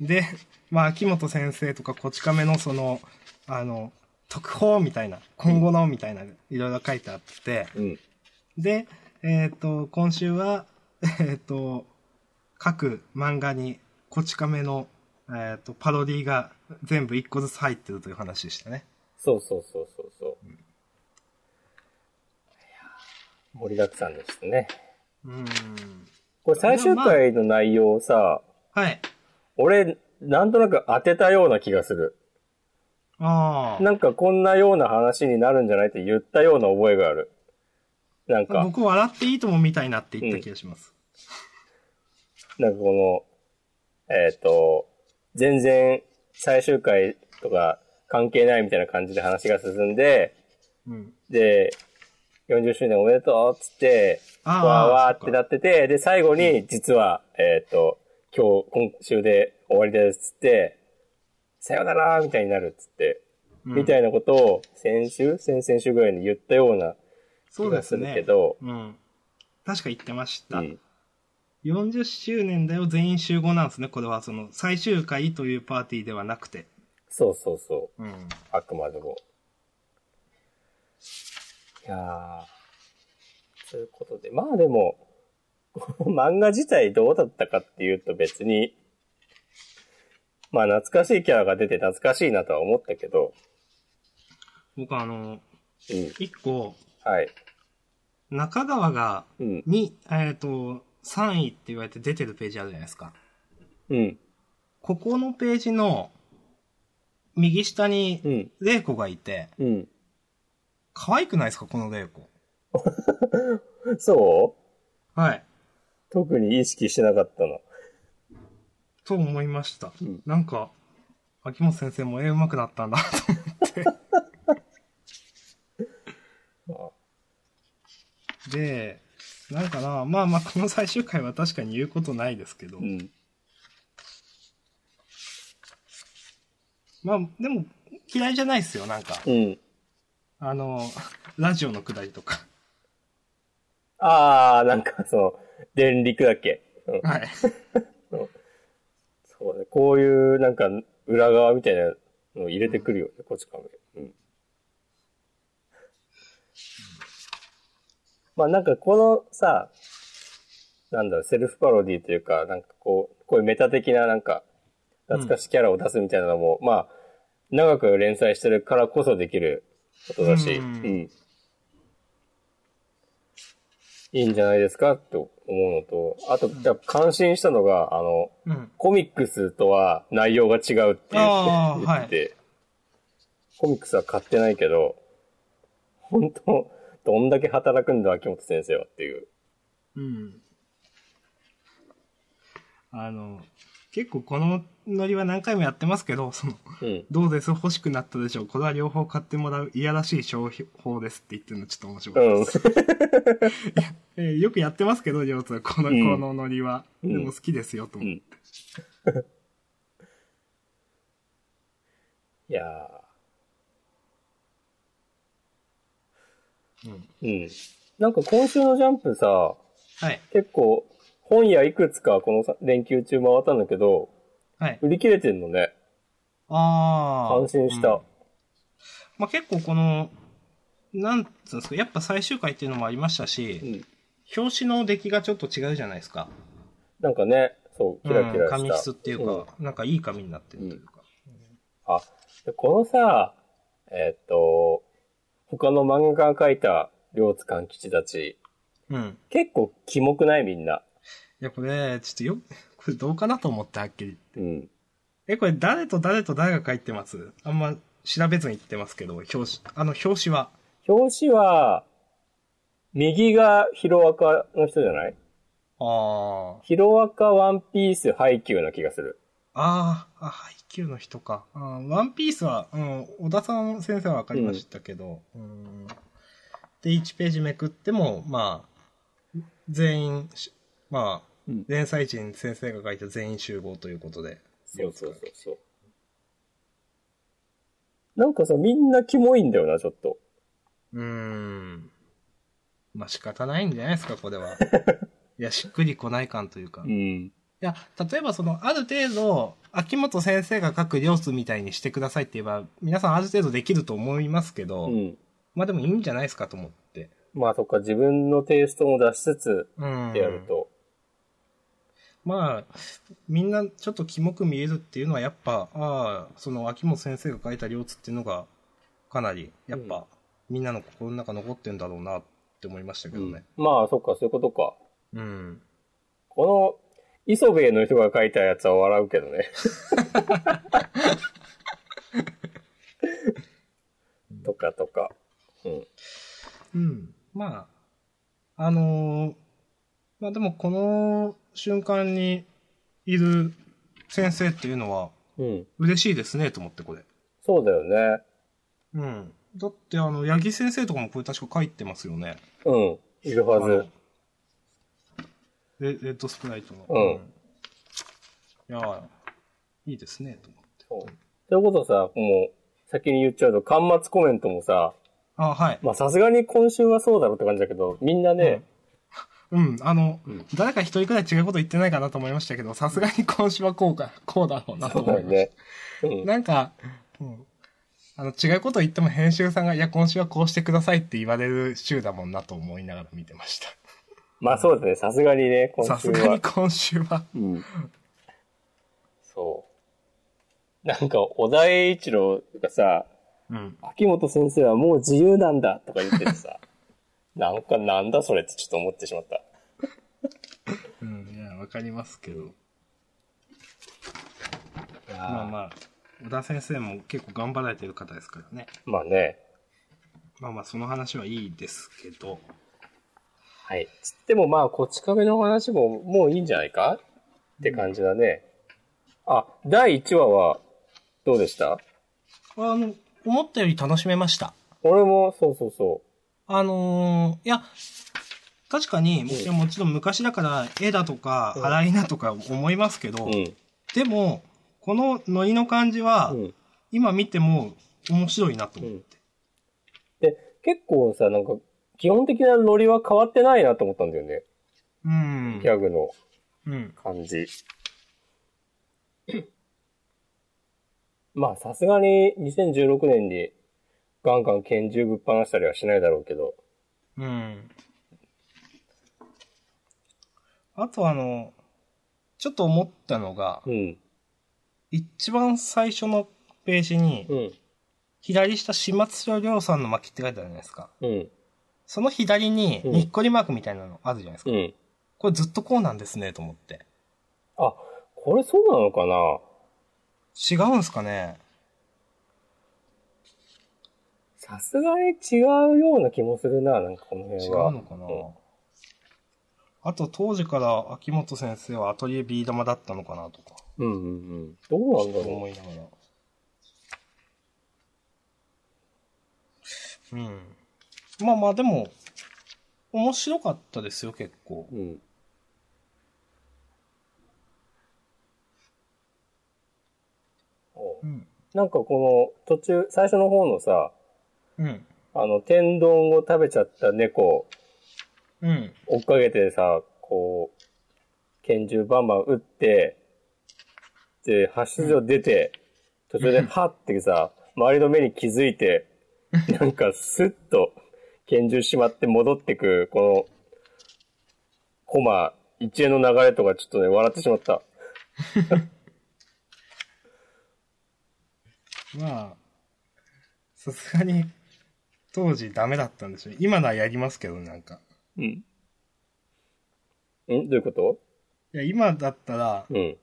で、まあ、秋元先生とか、こち亀のその、あの、特報みたいな、今後のみたいな、いろいろ書いてあって、うん。で、えっ、と、今週は、えっ、と、各漫画に、こち亀の、えっ、と、パロディが全部一個ずつ入ってるという話でしたね。そうそうそうそうそう。いやー盛りだくさんでしたね。うーん。これ最終回の内容さ、はい。俺、なんとなく当てたような気がする。あなんかこんなような話になるんじゃないって言ったような覚えがある。なんあ。か、僕、笑っていいともみたいなって言った気がします。なんかこの、えっ、と、全然最終回とか関係ないみたいな感じで話が進んで、うん。で、40周年おめでとうっつって、ああわーわーってそっかなってて、で、最後に実は、えっ、と、今日、今週で終わりですっつって、さよならーみたいになるっつって、うんみたいなことを先週、先々週ぐらいに言ったようなそう気がですするね。けど、うん。確か言ってました。うん40周年だよ全員集合なんですね。これはその最終回というパーティーではなくて。そうそうそう。うん。あくまでも。いやー。そういうことで。まあでも、 この漫画自体どうだったかっていうと別に、まあ懐かしいキャラが出て懐かしいなとは思ったけど、僕あの、うん。一個、はい。中川が、うん。に、えっ、と、3位って言われて出てるページあるじゃないですか。うん。ここのページの、右下うに、ん。玲子がいて、うん。可愛くないですかこの玲子。そうはい。特に意識してなかったの。と思いました。うんなんか、秋元先生も絵上手くなったんだ と思って。で、なんかな、まあまあ、この最終回は確かに言うことないですけど、うん。まあ、でも、嫌いじゃないですよ、なんか。うん。あの、ラジオのくだりと か。あー、なんかその、電力だっけ。うん。はい。そうね。こういう、なんか、裏側みたいなのを入れてくるよね、こち亀。うん。まあなんかこのさ、なんだろう、セルフパロディというか、なんかこう、こういうメタ的ななんか、懐かしキャラを出すみたいなのも、まあ、長く連載してるからこそできることだし、ううんん。いいんじゃないですかって思うのと、あと、やっぱ感心したのが、あの、うん。コミックスとは内容が違うって言あって、言っーてコミックスは買ってないけど、本当どんだけ働くんだ、秋元先生はっていう。うん。あの、結構このノリは何回もやってますけど、その、うん。どうです欲しくなったでしょうこれは両方買ってもらういやらしい商法ですって言ってるのちょっと面白かった。うん。えーよくやってますけど、りょうつはこの、うんこのノリは。うんでも好きですよ、とう思って。ん。いやうんー。うん。なんか今週のジャンプさ、はい。結構本屋いくつかこのさ連休中回ったんだけど、はい。売り切れてんのね。ああ。感心した。うんまあ、結構この、なんつうんですか、やっぱ最終回っていうのもありましたうん。し、表紙の出来がちょっと違うじゃないですか。なんかね、そう、キラキラした。うん紙質っていうか、なんかいい紙になってるというか。あ、でこのさ、えっと、他の漫画が描いた両津勘吉たち、うん。結構キモくないみんな。いや、これ、ちょっとよ、これどうかなと思って、はっきり。うん。え、これ誰と誰と誰が書いてますあんま調べずに言ってますけど、表紙、あの表紙は。表紙は、右がヒロアカの人じゃないあヒロアカワンピースハイキューな気がする。あー、あ、配給の人か。うん、ワンピースは、うん、小田さん先生はわかりましたけど、うん。で、1ページめくっても、まあ、全員し、まあ、うん連載人先生が書いた全員集合ということで。そうそうそうそう。なんかさ、みんなキモいんだよな、ちょっと。うーん。まあ仕方ないんじゃないですか、これ は。いや、しっくりこない感というか。いん。や、例えばその、ある程度、秋元先生が書く両数みたいにしてくださいって言えば、皆さんある程度できると思いますけど、うん。まあでもいいんじゃないですかと思って。まあそっか、自分のテイストも出しつつうん。ってやると。まあ、みんなちょっとキモく見えるっていうのはやっぱ、ああ、その秋元先生が書いた両津っていうのが、かなり、やっぱ、うんみんなの心の中残ってんだろうなって思いましたけどね。まあそっか、そういうことか。うんこの、磯部の人が書いたやつは笑うけどね。とかとか。うん。うん。まあ、あのーまあでもこの瞬間にいる先生っていうのはうん。嬉しいですねと思ってこれ。そうだよね。うん。だってあの、八木先生とかもこれ確か書いてますよね。うん。いるはず。レレッドスプライトの。うんいやーいいですねと思って。そう。ということさ、もう、先に言っちゃうと、端末コメントもさ、あはい。まあさすがに今週はそうだろうって感じだけど、みんなね、うん、あの、うん誰か一人くらい違うこと言ってないかなと思いましたけど、さすがに今週はこうか、こうだろうなとそう思いまだしよた。ね。うん。なんか、うん、あの違うこと言っても編集さんが、いや、今週はこうしてくださいって言われる週だもんなと思いながら見てました。まあそうだね、さすがにね、今さ週すがはに。今週は。うん。そう。なんか、小田栄一郎がさ、うん。秋元先生はもう自由なんだとか言ってて さ、なんかなんだそれってちょっと思ってしまった。うん、いや、わかりますけど。ままああまあ。まあ、小田先生も結構頑張られてる方ですからね。まあね。まあまあ、その話はいいですけど。はい。つってもまあ、こち亀の話ももういいんじゃないかって感じだね。あ、第1話はどうでしたあの、思ったより楽しめました。俺も、そうそうそあのーいや、確かに、もうんいやもちろん昔だから絵だとか、うん洗いなとか思いますけど、う。うん。でも、このノリの感じは、うん。今見ても面白いなとう思う。ん。で、結構さ、なんか、基本的なノリは変わってないなと思ったんだよね。うん。ギャグのうん。感じ。 まあ、さすがに2016年にガンガン拳銃ぶっ放したりはしないだろうけど。うん。あとあの、ちょっと思ったのが、うん。一番最初のページに、うん。左下、島津城亮さんの巻って書いてあるじゃないですか。うん。その左に、うんにっこりマークみたいなのあるじゃないですか。うん。これずっとこうなんですね、と思って。あ、これそうなのかな違うんすかねさすがに違うような気もするな、なんかこの辺違うは。のかな、うんあと当時から秋元先生はアトリエビー玉だったのかなとかうんうんうん。どうなんだろ思いながら。うん。まあまあでも、面白かったですよ、結構う。。うん。おうん。なんかこの途中、最初の方のさ、うん。あの、天丼を食べちゃった猫うん。追っかけてさ、こう、拳銃バンバン撃って、で、発出所出て、途中でハッてさ、周りの目に気づいて、なんかスッと拳銃しまって戻ってく、この、コマ、一円の流れとかちょっとね、笑ってしまった。まあ、さすがに、当時ダメだったんでしょう。今ならやりますけどね、なんか。うん。んどういうこといや、今だったら、うん。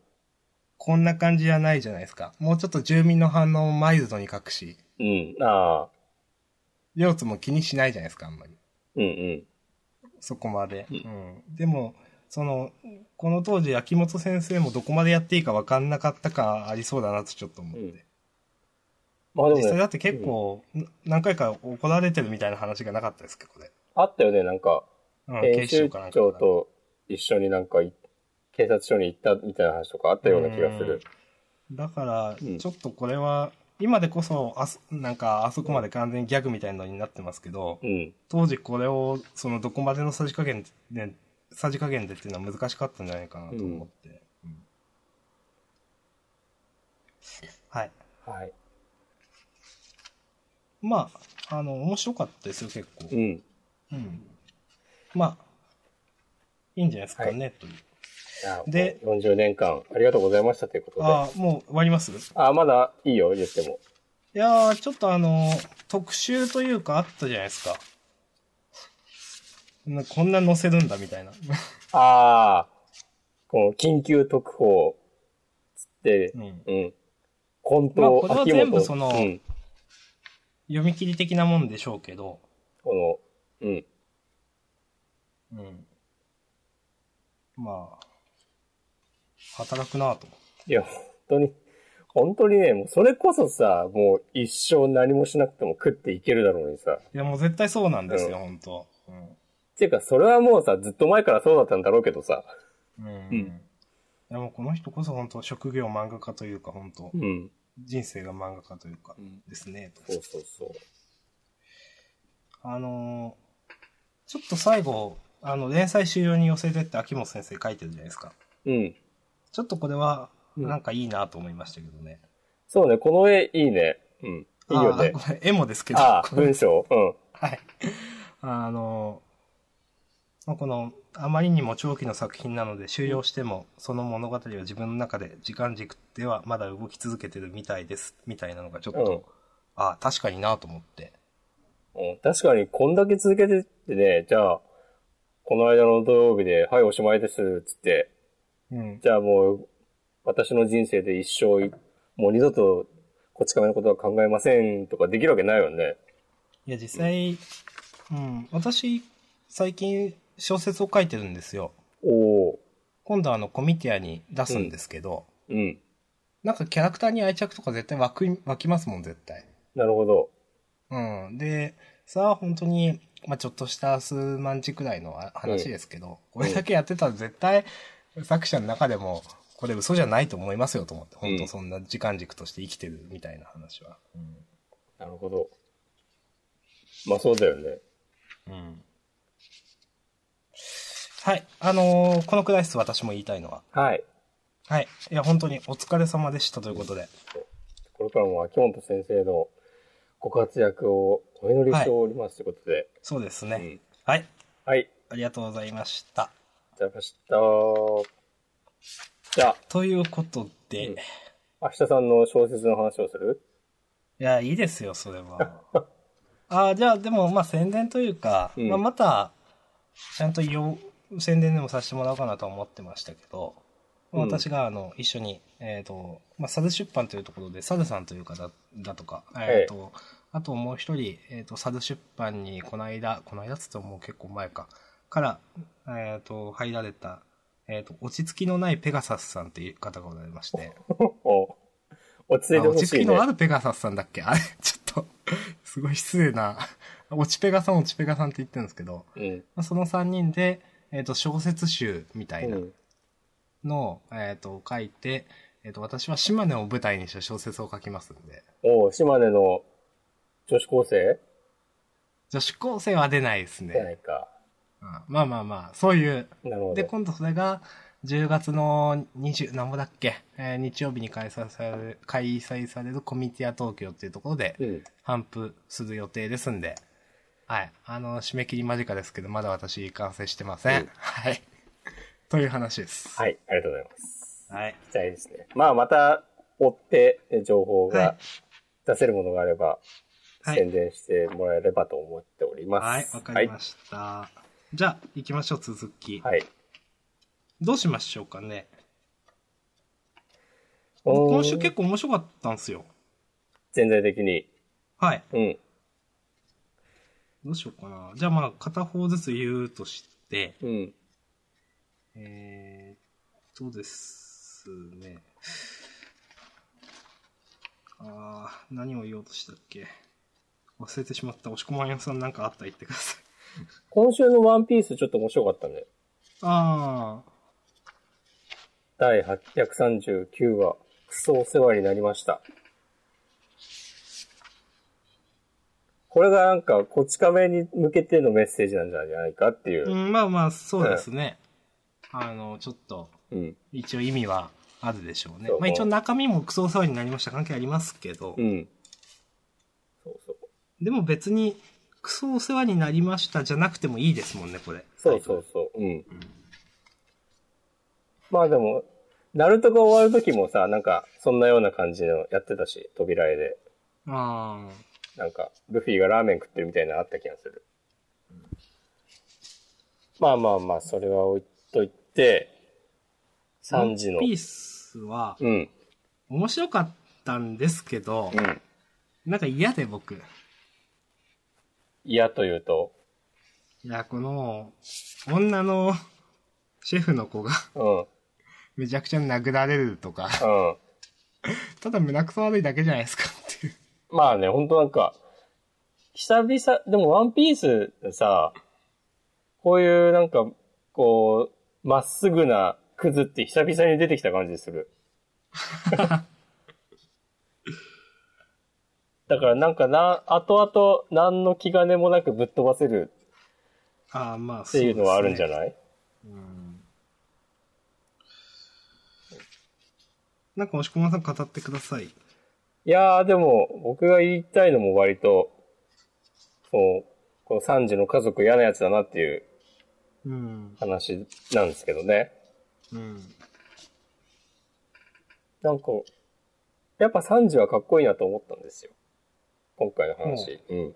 こんな感じじゃないじゃないですか。もうちょっと住民の反応をマイルドに書くし、うん。ああ。両津も気にしないじゃないですか、あんまり。うんうん。そこまで。ううん。でも、その、この当時、秋元先生もどこまでやっていいか分かんなかったかありそうだなとちょっと思って。うんまあで実も際ねだ、って結構、な何回か怒られてるみたいな話がなかったですけど、これ。あったよね、なんか、うん、編集なん長と一緒になんかい、警察署に行ったみたいな話とかあったような気がする。だからう、んちょっとこれは、今でこそあそ、なんか、あそこまで完全にギャグみたいなのになってますけど、うん。当時これを、その、どこまでのさじ加減で、さじ加減でっていうのは難しかったんじゃないかなと思って。うんはい。はい。まあ、あの、面白かったですよ、結構。うん。うん。まあ、いいんじゃないですかね、という。じゃあでもう40年間ありがとうございましたということで。あああ、もう終わりますあ、まだいいよ、言っても。いやー、ちょっとあのー特集というかあったじゃないですか。なこんな載せるんだみたいな。ああ、この緊急特報、つってう、んうん。混まあ沌、これは秋元全部そのうん、読み切り的なもんでしょうけど。この、うん。うん。まあ、働くなぁと。いや、本当に、本当にね、もうそれこそさ、もう一生何もしなくても食っていけるだろうにさ。いや、もう絶対そうなんですよ、うほんと。うっていうか、それはもうさ、ずっと前からそうだったんだろうけどさ。ん。うん。うんいや、もうこの人こそ本当職業漫画家というか、本当うん。人生が漫画家というか、うんですね、と。そうそうそう。あのーちょっと最後、あの、連載終了に寄せてって秋元先生書いてるじゃないですか。うん。ちょっとこれは、うんなんかいいなと思いましたけどね。そうね、この絵いいね。うん。いいよねあ。ーこれ、エモですけど。ああ、こ れ文章。うん。はい。あの、まあこの、あまりにも長期の作品なので終了しても、その物語は自分の中で時間軸ではまだ動き続けてるみたいです、みたいなのがちょっと、うんああ、確かになと思って。うん、確かに、こんだけ続けてってね、じゃあ、この間の土曜日で、はい、おしまいです、つって、うん。じゃあもう、私の人生で一生、もう二度と、こち亀のことは考えませんとかできるわけないよね。いや、実際、うん、私、最近小説を書いてるんですよ。おお、今度あの、コミティアに出すんですけど、うん。なんかキャラクターに愛着とか絶対湧く、湧きますもん、絶対。なるほど。うん。で、さあ本当に、まあちょっとした数万字くらいのあ話ですけど、これだけやってたら絶対作者の中でも、これ嘘じゃないと思いますよと思って、本う当んそんな時間軸として生きてるみたいな話は。なるほど。まあそうだよね。うん。はい。あのーこのくらいです、私も言いたいのは。はい。はい。いや、本当にお疲れ様でしたということで。これからも秋元先生のご活躍をお祈りしておりますということで。そうですうねん。はい。はい。ありがとうございました。じゃあ明日、じゃあ、ということで、うんい明日さんの小説の話をする や、いいですよ、それは。あーじゃあ、でも、まあ、宣伝というか、うんまあ、また、ちゃんとよ宣伝でもさせてもらおうかなとは思ってましたけど、まあうん私が、あの、一緒に、えっ、と、まあ、サル出版というところで、サルさんという方だとか、えっ、と、あともう一人、えっ、と、サル出版に、この間、この間っつってももう結構前か、から、えっ、と、入られた、えっ、と、落ち着きのないペガサスさんっていう方がおられまして、お落ち着いあてほ落ちし着いきねのあ。るペガサスさんだっけ あれ、ちょっと、すごい失礼な。落ちペガさん、落ちペガさんって言ってるんですけど、うん。。まあその3人で、えっ、と、小説集みたいうなんのを、えっ、と、書いて、えっ、と、私は島根を舞台にした小説を書きますんで、おう島根の女子高生女子高生は出ないですじゃなね。いか。うんまあまあまあ、そういう。なるほで、ど。今度それが、10月の20、何もだっけ、えー日曜日に開催される、開催されるコミティア東京っていうところで、うん。頒布する予定ですんで。はい。あの、締め切り間近ですけど、まだ私完成してませうん。んはい。 という話です。はい、ありがとうございます。はい。期待ですね。まあ、また追って、情報はいが出せるものがあれば、はい宣。伝してもらえればと思っておりまはいす。、わかりました。じゃあ、行きましょう、続き。はい。はい。どうしましょうかね。おー今週結構面白かったんですよ。全体的に。はい。うん。どうしようかな。じゃあまあ、片方ずつ言うとして、うん。えーっとですね。あー、何を言おうとしたっけ。忘れてしまった。押し込まんやさんなんかあったら言ってください。今週のワンピースちょっと面白かったね。あー、第839話、クソお世話になりました。これがなんか、こち亀に向けてのメッセージなんじゃないかっていうう。ん、まあまあ、そうですね。あの、ちょっと、うん。一応意味はあるでしょうねそ。うまあ一応中身もクソ騒ぎになりました関係ありますけど、うん。そうそう。でも別にクソお世話になりましたじゃなくてもいいですもんね、これ。そうそうそう。うん。まあでも、ナルトが終わる時もさ、なんか、そんなような感じのやってたし、扉絵で。ああ。なんか、ルフィがラーメン食ってるみたいなのあった気がする。まあまあまあ、それは置いといて、3時のワン。ピースはうん。面白かったんですけど、うん。なんか嫌で僕。い嫌というと、や、この、女のシェフの子が うん。めちゃくちゃ殴られるとか、うん。ただ胸くそ悪いだけじゃないですかっていう。まあね、ほんとなんか、久々、でもワンピースでさ、こういうなんか、こう、まっすぐなクズって久々に出てきた感じす る。だからなんかな、後々何の気兼ねもなくぶっ飛ばせるああ、まあ、っていうのはあるんじゃいない、なんか、押し込まさん語ってください。いやーでも、僕が言いたいのも割と、そう、この三時の家族嫌なやつだなっていううん。話なんですけどね。うん。なんか、やっぱサンジはかっこいいなと思ったんですよ。今回の話。うん。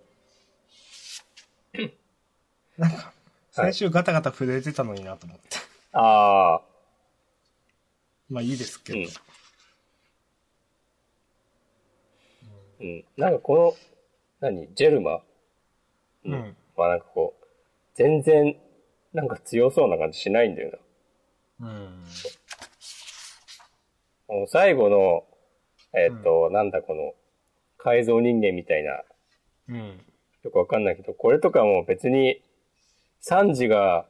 なんか、先週ガタガタ震えてたのになと思って。ああ、まあいいですけど。うんうん。なんかこの、何ジェルマうん。はなんかこう、全然、なんか強そうな感じしないんだよな。うん。もう最後の、えーっと、なんだこの、改造人間みたいな、うん。よくわかんないけど、これとかも別に、サンジが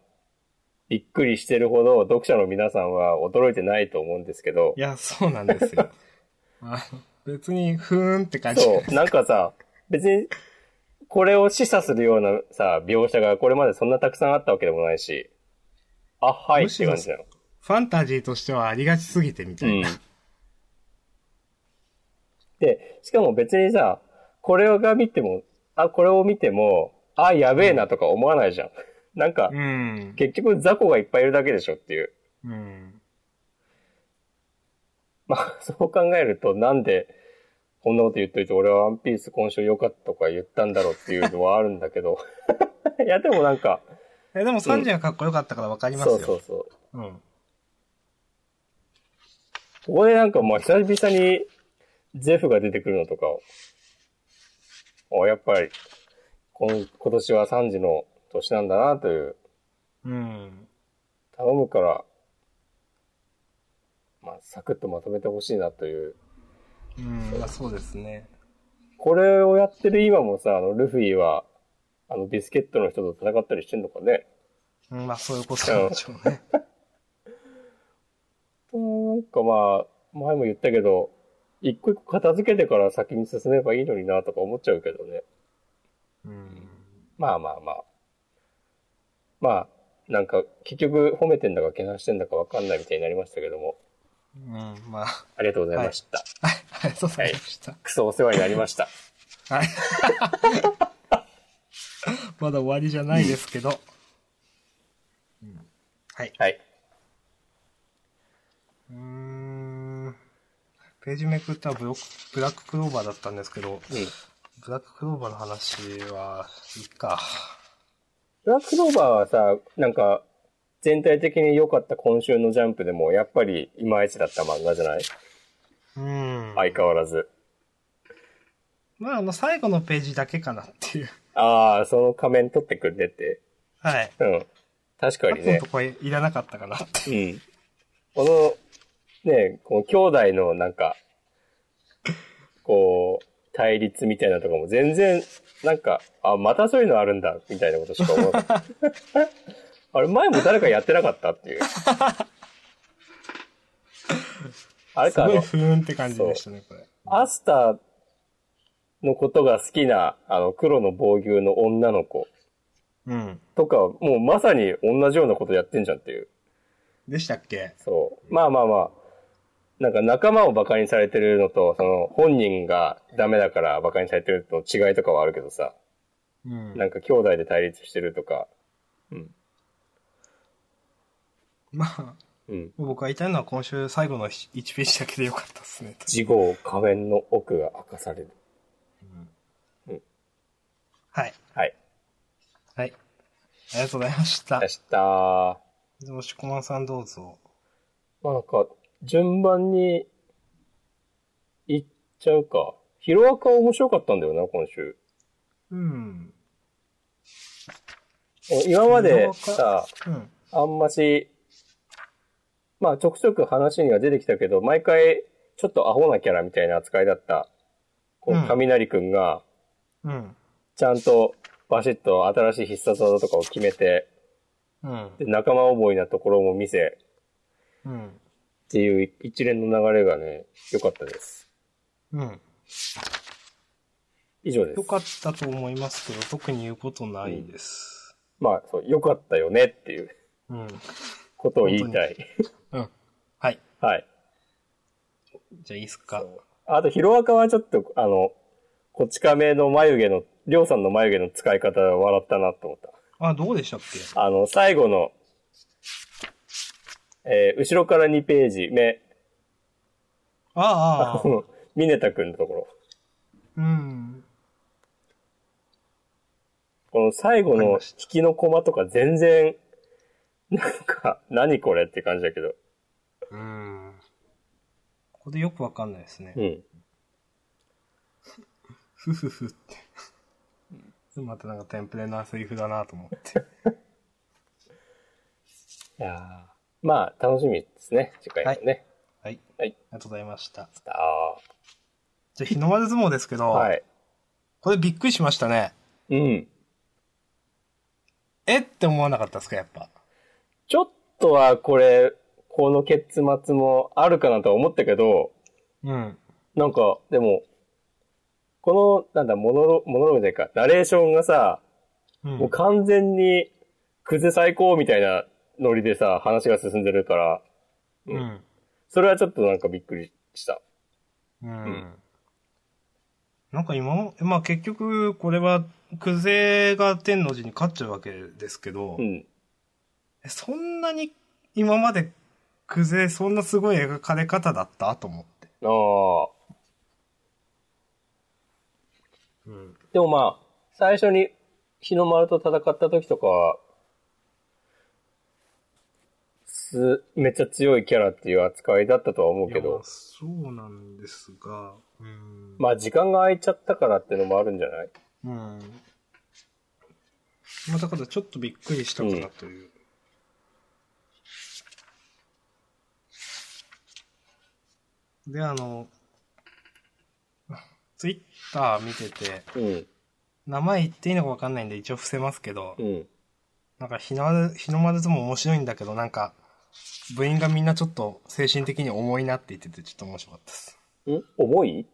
びっくりしてるほど読者の皆さんは驚いてないと思うんですけどい、や、そうなんですよ。 あ別に、ふーんって感じ。そう、なんかさ、別に、これを示唆するようなさ、描写がこれまでそんなたくさんあったわけでもないし、あ、はいって感じなの。ファンタジーとしてはありがちすぎてみたいな。で、しかも別にさ、これが見ても、あ、これを見ても、あ、やべえなとか思わないじゃん。なんかう、ん。結局雑魚がいっぱいいるだけでしょっていう。うん。 まあ、そう考えると、なんで、こんなこと言っといて、俺はワンピース今週良かったとか言ったんだろうっていうのはあるんだけど。 いや、でもなんか、え、でもサンジがかっこよかったからわかりますそよ。うそうそう。うん。ここでなんかまあ久々にゼフが出てくるのとかを、あやっぱり、この今年は3時の年なんだなという、うん。頼むから、まあサクッとまとめてほしいなという。うん。まあそうですね。これをやってる今もさ、あの、ルフィは、あの、ビスケットの人と戦ったりしてんのかね。うんまあそういうことなんでしょうね。うんなんかまあ、前も言ったけど、一個一個片付けてから先に進めばいいのになとか思っちゃうけどね。うん。まあまあまあ。まあ、なんか、結局褒めてんだかけなしてんだかわかんないみたいになりましたけども、うん。まあ、ありがとうございました。はい。ありがとうございました。クソお世話になりました。はい。 まだ終わりじゃないですけど。うん、はい。はい。うーん。ページめくったブロックブラッククローバーだったんですけど、うん。ブラッククローバーの話は、いいか。ブラッククローバーはさ、なんか、全体的に良かった今週のジャンプでも、やっぱり、いまいちだった漫画じゃないうん。相変わらず。まあ、あの、最後のページだけかなっていう。ああ、その仮面取ってくれて。 はい。うん。確かタにップのねと。こはいらなかったかなって。うん。この、ね、この兄弟のなんか、こう、対立みたいなとかも全然、なんか、あ、またそういうのあるんだ、みたいなことしか思わな かった。あれ、前も誰かやってなかったっていう。あれすか、あごいの、不運って感じでしたね、これ。アスタのことが好きな、あの、黒の防御の女の子うん。とか、もうまさに同じようなことやってんじゃんっていう。でしたっけそう。まあまあまあ。なんか仲間を馬鹿にされてるのと、その本人がダメだから馬鹿にされてるのと違いとかはあるけどさ、うん。なんか兄弟で対立してるとか、うん。まあ、うん。僕が言いたいのは今週最後の1ページだけでよかったっすね。次号仮面の奥が明かされる。はい。はい。はい。ありがとうございました明。日、でもしこまさんどうぞ。まあなんか、順番に、行っちゃうか。ヒロアカ面白かったんだよな、今週。うん。今までヒロアさ、うん。あんまし、まあちょくちょく話には出てきたけど、毎回ちょっとアホなキャラみたいな扱いだった、こうんう、雷くんが、うん。ちゃんとバシッと新しい必殺技とかを決めて、うん。で仲間思いなところも見せ、うん。っていう一連の流れがね、良かったです。うん。以上ですよ。かったと思いますけど、特に言うことないです。まあ、そう、良かったよねっていううん。ことを言いたい。うん。はい。はい。じゃあいいっすか。あと、ヒロアカはちょっと、あの、こち亀の眉毛の、りょうさんの眉毛の使い方が笑ったなと思った。あ、どうでしたっけあの、最後の、えー後ろから2ページ目、ああああ、ミネタくんのところ。うん。この最後わかりのまし引きのコマとか全然、なんか、 何これって感じだけど。うん。ここでよくわかんないですねう。ん。ふふふって。またなんかテンプレなセリフだなと思って。いやーまあ、楽しみですね。次回もね。はい。はい。ありがとうございました。あじゃあ、日の丸相撲ですけど、ーはい。これびっくりしましたね。うん。えって思わなかったですか、やっぱ。ちょっとはこれ、この結末もあるかなとは思ったけど、うん。なんか、でも、この、なんだ、モノロ、モノローグじゃないか、ナレーションがさ、うんもう完全に、クズ最高みたいなノリでさ、話が進んでるから、うん。それはちょっとなんかびっくりした。うん。なんか今も、まあ結局、これは、クゼが天の字に勝っちゃうわけですけど、うん。そんなに今までクゼそんなすごい描かれ方だったと思って。ああ。うん。でもまあ、最初に日の丸と戦った時とかは、す、めっちゃ強いキャラっていう扱いだったとは思うけいやまあど、そうなんですが、うん。まあ時間が空いちゃったからってのもあるんじゃないうん。まあだからちょっとびっくりしたかなという。で、あの、ツイッター見てて、うん。名前言っていいのかわかんないんで一応伏せますけど、うん。なんか日の丸、日の丸相撲面白いんだけど、なんか、部員がみんなちょっと精神的に重いなって言っててちょっと面白かったです。ん重い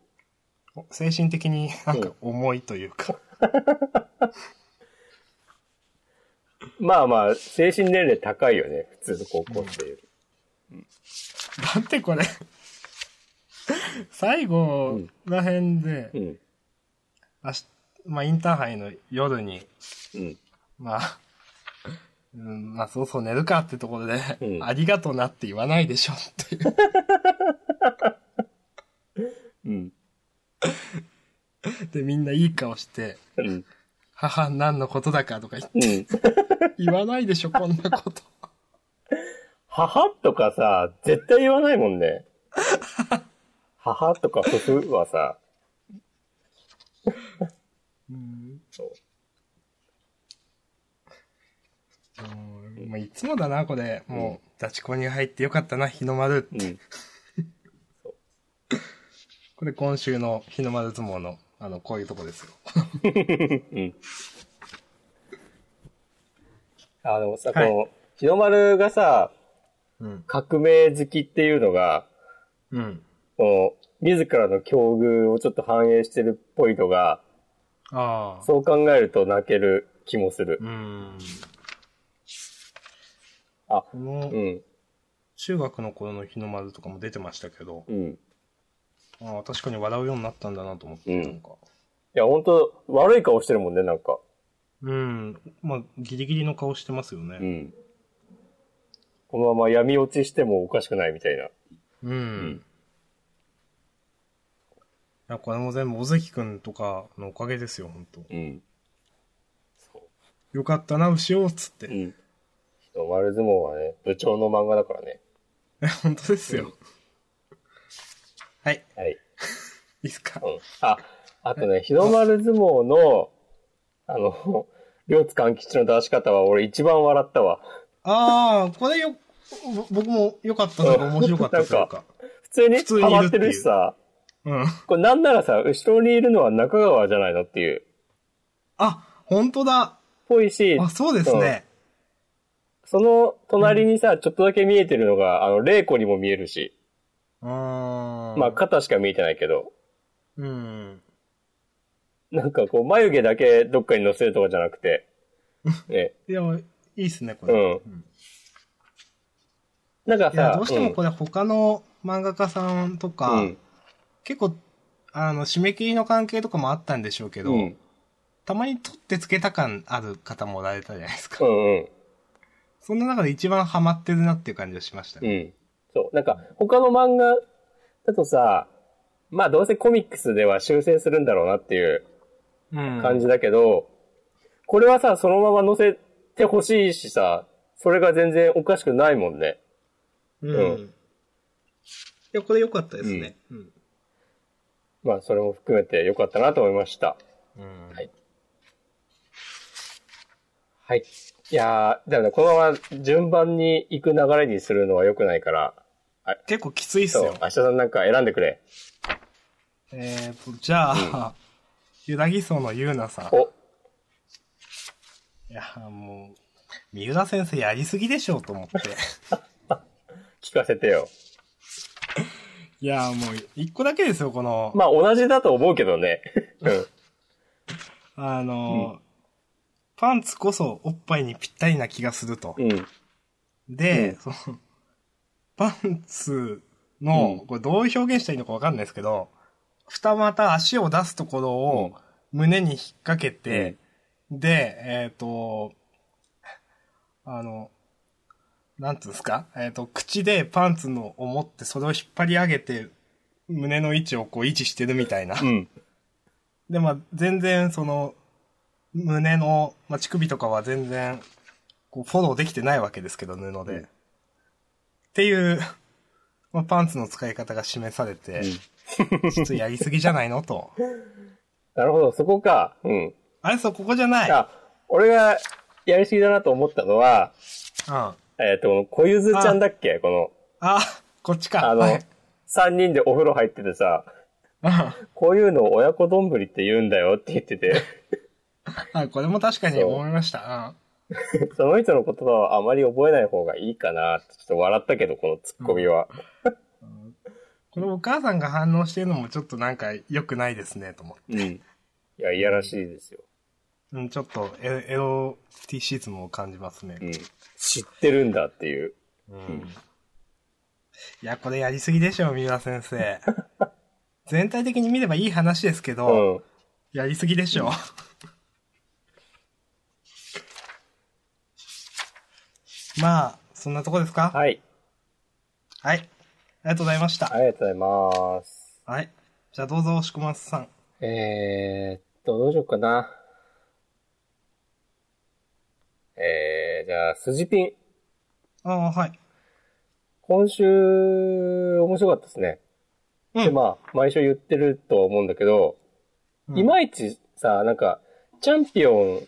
お精神的になんか重いという か、まあまあ、精神年齢高いよね、普通の高校生より。だってこれ、 最後ら辺で、うん。明日、まあ、インターハイの夜に、うん。まあ、うん、まあ、そうそう寝るかってところで、うんありがとなって言わないでしょっていう。で、みんないい顔して、うん。母、何のことだかとか言うん。言わないでしょ、こん なこと。母とかさ、絶対言わないもん ね。母とか夫婦はさ、うんそう。もういつもだな、これ。もう、ダチコに入ってよかったな、日の丸。うん。これ今週の日の丸相撲の、あの、こういうとこですよ。あのさ、はいこの、日の丸がさ、うん。革命好きっていうのが、うん。この、自らの境遇をちょっと反映してるっぽいのが、ああ。そう考えると泣ける気もする。うん。あこのう、ん。中学の頃の日の丸とかも出てましたけど、うん。いああ、確かに笑うようになったんだなと思って、うんなんか。や、ほんと、悪い顔してるもんね、なんか。うん。まあ、ギリギリの顔してますようね。ん。このまま闇落ちしてもおかしくないみたいな。うん。いや、これも全部尾関くんとかのおかげですよ、本当うん。そう。よかったな、牛を、つって。うん。日の丸相撲はね、部長の漫画だからね。本当ですよ。はい、いいはい。ですかう。ん。あ、あとね、日の丸相撲の、あの、両津勘吉の出し方は俺一番笑ったわ。ああ、これよ、ぼ僕も良かったのが面白かったというか。普通に普通にいるハっていうマってるしさ、うん。これなんならさ、後ろにいるのは中川じゃないのっていう。あ、本当だ。ぽいし、あ、そうですね。その隣にさ、ちょっとだけ見えてるのが、あの、玲子にも見えるし、うーん。まあ肩しか見えてないけど、うん。なんかこう眉毛だけどっかに乗せるとかじゃなく て、ね、いや、いいっすね、これ。うんなんかいや、さ、どうしてもこれ他の漫画家さんとか、うん結構、あの、締め切りの関係とかもあったんでしょうけど、うん、たまに取ってつけた感ある方もおられたじゃないですか。うんうん、そんな中で一番ハマってるなっていう感じがしましたうね。ん。そう。なんか、他の漫画だとさ、まあどうせコミックスでは修正するんだろうなっていううん。感じだけど、これはさ、そのまま載せてほしいしさ、それが全然おかしくないもんね。うんいや、これ良かったですね。うん。まあそれも含めて良かったなと思いました。うんはいはい。いやー、だからこのまま順番に行く流れにするのは良くないから、結構きついっすそうよ、。明日さんなんか選んでくれ。えーと、じゃあ、 ゆらぎそうのゆうなさん。お、いや、もう、三浦先生やりすぎでしょうと思って。聞かせてよ。 いや、もう、一個だけですよ、この、まあ同じだと思うけどね。うん。あのー、パンツこそおっぱいにぴったりな気がすると。うん。で、その、パンツの、うんこれどう表現したらいいのかわかんないですけど、二股足を出すところを胸に引っ掛けて、で、えっ、と、あの、なんつうんですかえっ、と、口でパンツのを持ってそれを引っ張り上げて、胸の位置をこう維持してるみたいな。うん。で、まあ、全然、その、胸の、まあ、乳首とかは全然、こう、フォローできてないわけですけど、布で。うんっていう、まあ、パンツの使い方が示されて、ちょっとやりすぎじゃないのと。なるほど、そこか。うん。あれ、そう、ここじゃない。うん。あ、俺がやりすぎだなと思ったのは、あ、えっ、と、この小ゆずちゃんだっけこの、こっちか。あの、はい。三人でお風呂入っててさ、うんこういうのを親子丼って言うんだよって言って て、あ、これも確かにそう思いました。その人の言葉はあまり覚えない方がいいかなって、ちょっと笑ったけど、このツッコミは。うん。これお母さんが反応してるのもちょっとなんか良くないですね、と思って。うん。いや、いやらしいですよ。うん、ちょっとエ、エロティシズムを感じますね。うん。知ってるんだっていう。うんいや、これやりすぎでしょ、三浦先 生。全体的に見ればいい話ですけうど、ん。やりすぎでしょ。まあ、そんなとこですかはい。はい。ありがとうございました。ありがとうございます。はい。じゃあどうぞ、押し込まさん。えー、っと、どうしようかな。えー、じゃあ、スジピン。ああ、はい。今週、面白かったですね。うんで、まあ、毎週言ってるとは思うんだけど、うんいまいちさ、なんか、チャンピオン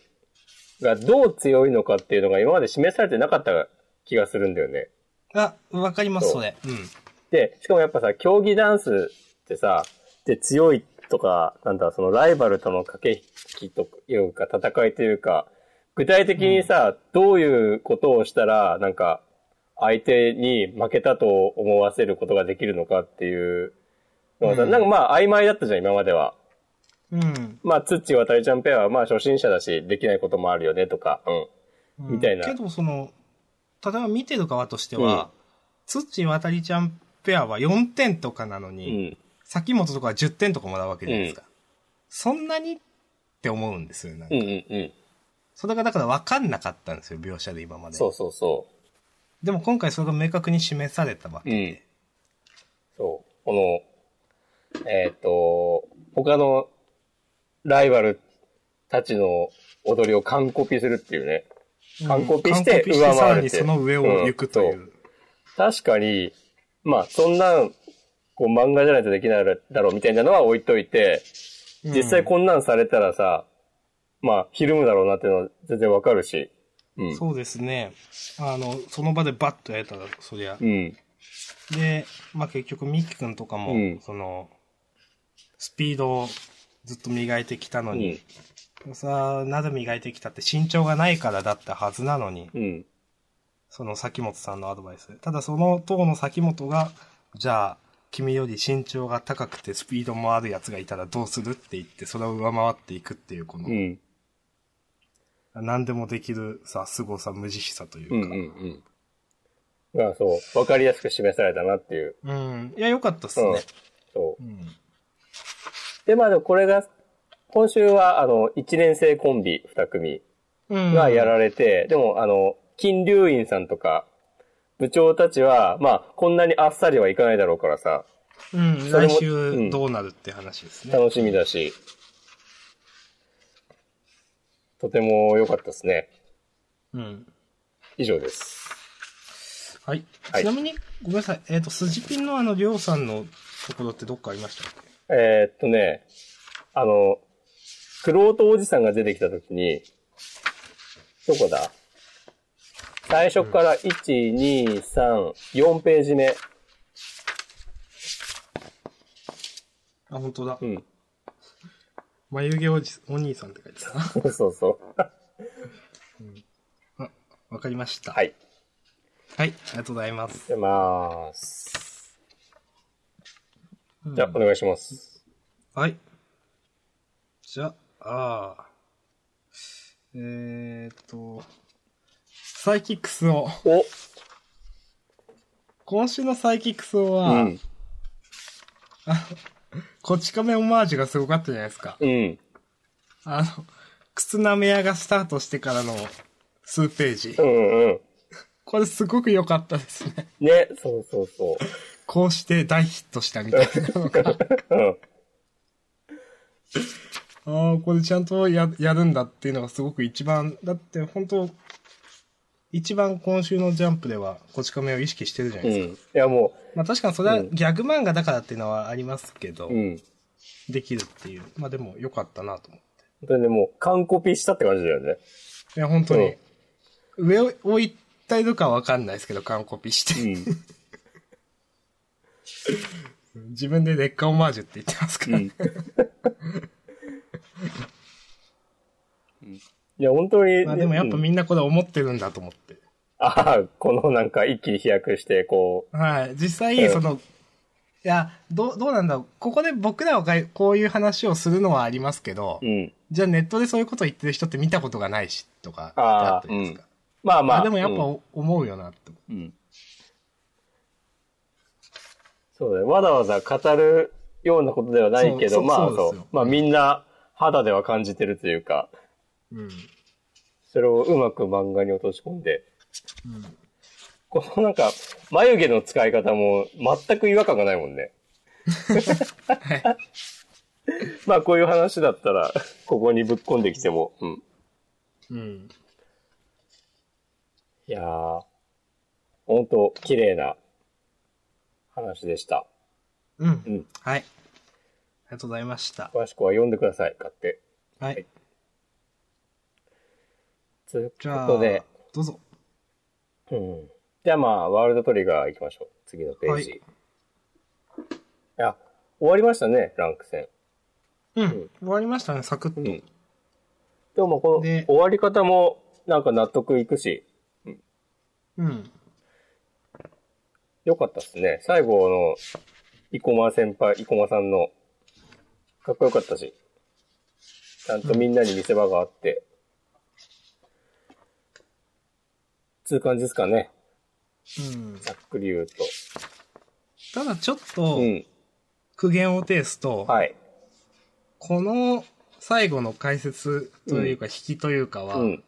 がどう強いのかっていうのが今まで示されてなかった気がするんだよね。あ、わかります、そそうれ。うん。で、しかもやっぱさ、競技ダンスってさ、で、強いとか、なんだ、そのライバルとの駆け引きというか、戦いというか、具体的にさ、どういうことをしたら、なんか、相手に負けたと思わせることができるのかっていうのがさ、うんなんかまあ曖昧だったじゃん、今までは。うん。まあ、ツッチ渡りちゃんペアはまあ初心者だし、できないこともあるよねとか、うん。うんみたいなけど、その、例えば見てる側としては、土渡りちゃんペアは4点とかなのうに、ん。先本とかは10点とかもらうわけじゃないですか。そんなにって思うんですよ、なんかうんうんうん。それがだから分かんなかったんですよ、描写で今まで。そうそうそでも今回それが明確に示されたわう。け。うん。そう。この、えっ、と、他のライバルたちの踊りを完コピするっていうね。完コピして完コピ上さら回るにってその上を行くという。うん確かに、まあ、そんなん、こう漫画じゃないとできないだろうみたいなのは置いといて、うん実際こんなんされたらさ、まあ、ひるむだろうなっていうのは全然わかるし。うん。そうですね。あの、その場でバッとやれたら、そりゃ。うん。で、まあ結局、ミキ君とかも、うんその、スピードをずっと磨いてきたのうにん、。さあ、なぜ磨いてきたって身長がないからだったはずなのに、うん。その先本さんのアドバイス。ただその当の先本が、じゃあ、君より身長が高くてスピードもあるやつがいたらどうするって言って、それを上回っていくっていう、この、うん。何でもできるさ、凄さ、無慈悲さといううか。ん。うん。うん。が、そう、わかりやすく示されたなっていう。うん。いや、良かったっすうんね。。そう。うん。で、まあでもこれが、今週は、あの、一年生コンビ二組うん。がやられて、でも、あの、金龍院さんとか、部長たちは、まあ、こんなにあっさりはいかないだろうからさ、うん。それ来も週どうなるって話ですね。楽しみだし、とても良かったですね。うん。以上です。はい。はいちなみに、ごめんなさい。えっ、と、スジピンのあの、りょうさんのところってどっかありましたっけえーっとね、あの、クロートおじさんが出てきたときに、どこだ最初から1、2、3、4ページ目。あ、本当だ。うん。 眉毛おじ、お兄さんって書いて たな。そうそうそう。あわかりました。はい。はい、ありがとうございます。出まーす。じゃあ、お願いします。はい。じゃあ、あーえー、っと、サイキックスを、お今週のサイキックスをうは、ん。こち亀オマージュがすごかったじゃないですか。うん。あの、靴舐め屋がスタートしてからの数ページう。んうん。これすごく良かったですね。ね、そうそうそこうして大ヒットしたみたいなのが。う。うん。ああ、これちゃんとや、やるんだっていうのがすごく一番、だって本当一番今週のジャンプでは、こち亀を意識してるじゃなういん。ですか。いや、もまあ確かにそれはうギんャグ漫画だからっていうのはありますけど、う、うん。できるっていう。まあでも良かったなと思っ本当にね、もう、完コピしたって感じだよね。て。いや、本当に。上を置いたいとかはわかんないですけど、完コピして。自分で劣化オマージュって言ってますかうら。ん。うん。いや、本当に。まあでもやっぱうんみんなこれ思ってるんだと思って。ああ、このなんか一気に飛躍して、こはい。実う際、んその、いや、どう、どうなんだろう。ここで僕らはかいこういう話をするのはありますけど、う、うん。じゃあネットでそういうこと言ってる人って見たことがないし、とか、ああだったじゃないですか。まあままあ。あでもやっぱうん、お思うよな、と。うんそうだね。わざわざ語るようなことではないけそど、うそうまあそうですそよう。まあみんな肌では感じてるというか、うん。それをうまく漫画に落とし込んで。このなんか、眉毛の使い方も全く違和感がないもんね。 まあこういう話だったら、ここにぶっ込んできても、うん。うん。いやー、ほんと、綺麗な話でした。う。うんん。はい。ありがとうございました。詳しくは読んでください、買って。はい。というじゃあ、ことで、どうぞ。うん。じゃあまあ、ワールドトリガー行きましょう。次のページ。はいい、や、終わりましたね、ランク戦。うん。終わりましたね、サクッと。うん。でもこのね終わり方も、なんか納得いくし、うん。良かったですね。最後の、生駒先輩、生駒さんの、かっこよかったし、ちゃんとみんなに見せ場があって、つう感じですかね。うん。ざっくり言うと。ただちょっとう、ん。苦言を呈すと、はい。この最後の解説というか、引きというかは、うん。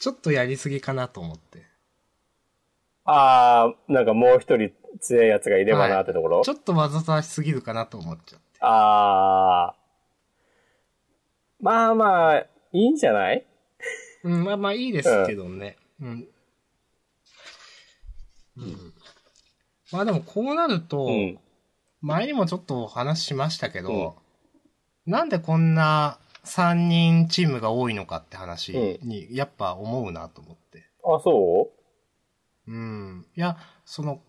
ちょっとやりすぎかなと思って。あー、なんかもう一人強いやつがいればなってところ、ちょっとわざとらしすぎるかなと思っちゃって。あー。まあまあ、いいんじゃないうん、まあまあいいですけどね。うん。うん。まあでもこうなると、うん。前にもちょっとお話ししましたけど、うなんでこんな3人チームが多いのかって話にやっぱ思うなと思って。あ、そうん。いや、その、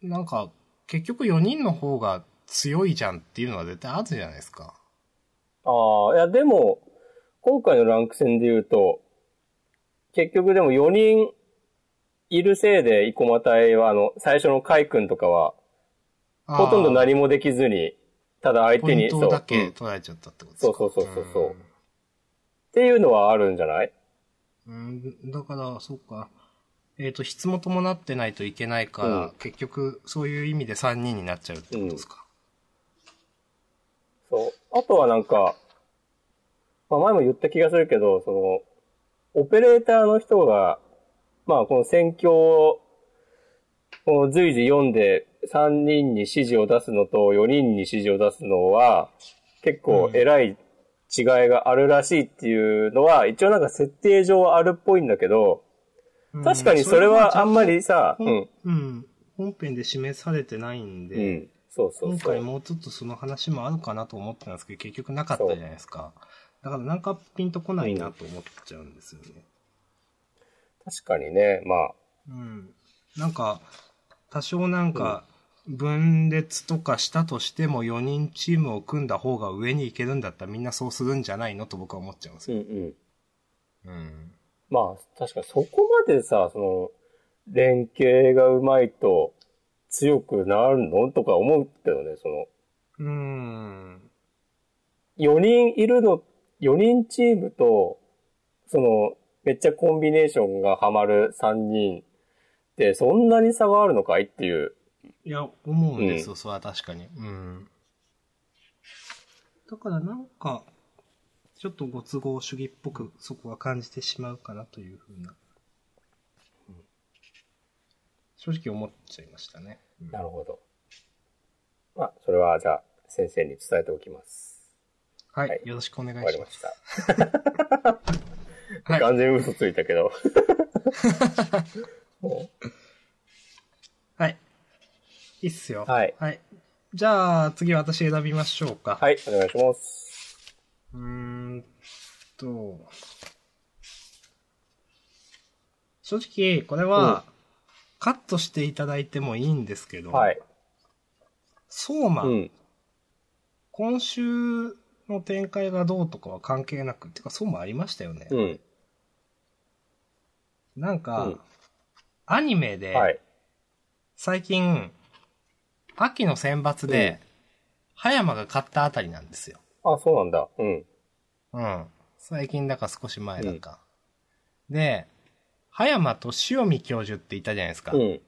なんか結局4人の方が強いじゃんっていうのは絶対あるじゃないですか。うあー、いやでも、今回のランク戦で言うと、結局でも4人いるせいで、生駒隊は、あの、最初の海君とかは、ほとんどい。何もできずに、ただ相ポ手インに、トだうけんっ取られちゃったってことですかそうそうそうそうそうていうのはあるんじゃないうん、だから、そうか。えっ、と、質も伴ってないといけないから、うん結局、そういう意味で3人になっちゃうってことですか。そう。あとはなんか、まあ、前も言った気がするけど、その、オペレーターの人が、まあこの戦況をこう随時読んで3人に指示を出すのと4人に指示を出すのは結構偉い違いがあるらしいっていうのは、一応なんか設定上はあるっぽいんだけど、うん確かにそれはあんま、りさ、そうれはん、ちゃんとうん、本編で示されてないんうで、ん、そうそう今そ回う。もうちょっとその話もあるかなと思ったんですけど、結局なかったじゃないですか。だからなんかピンとこないなと思っちゃうんですよね。確かにね、まあ、うん。なんか、多少なんか、分裂とかしたとしても4人チームを組んだ方が上に行けるんだったらみんなそうするんじゃないのと僕は思っちゃうんですうんよ。うん。うん。まあ、確かにそこまでさ、その、連携がうまいと強くなるのとか思うけどね、その、うん。 4人いるの、4人チームと、その、めっちゃコンビネーションがハマる3人って、そんなに差があるのかいっていう。いや、思うんですよ、それは確かに。うん。だからなんか、ちょっとご都合主義っぽくそこは感じてしまうかなというふうな。正直思っちゃいましたね。うんなるほど。まあ、それはじゃあ、先生に伝えておきます。ははいい、よろしくお願わいかしりま。ますした。はい完全に嘘ついたけど。もはい。いいっすよ。はいじゃあ、次私選びましょうか。うはい、お願いします。うーんと、正直、これは、カットしていただいてもいいんですけど、はい。そうま、うん。今週の展開がどうとかは関係なく、てか、そうまありましたよね。うん。なんか、うんアニメで、はい。最近、秋の選抜で、葉山が勝ったあたりなんですよ。あ、そうなんだ。うん。うん。最近だか少し前だか。で、葉山と塩見教授っていたじゃないですか。うん。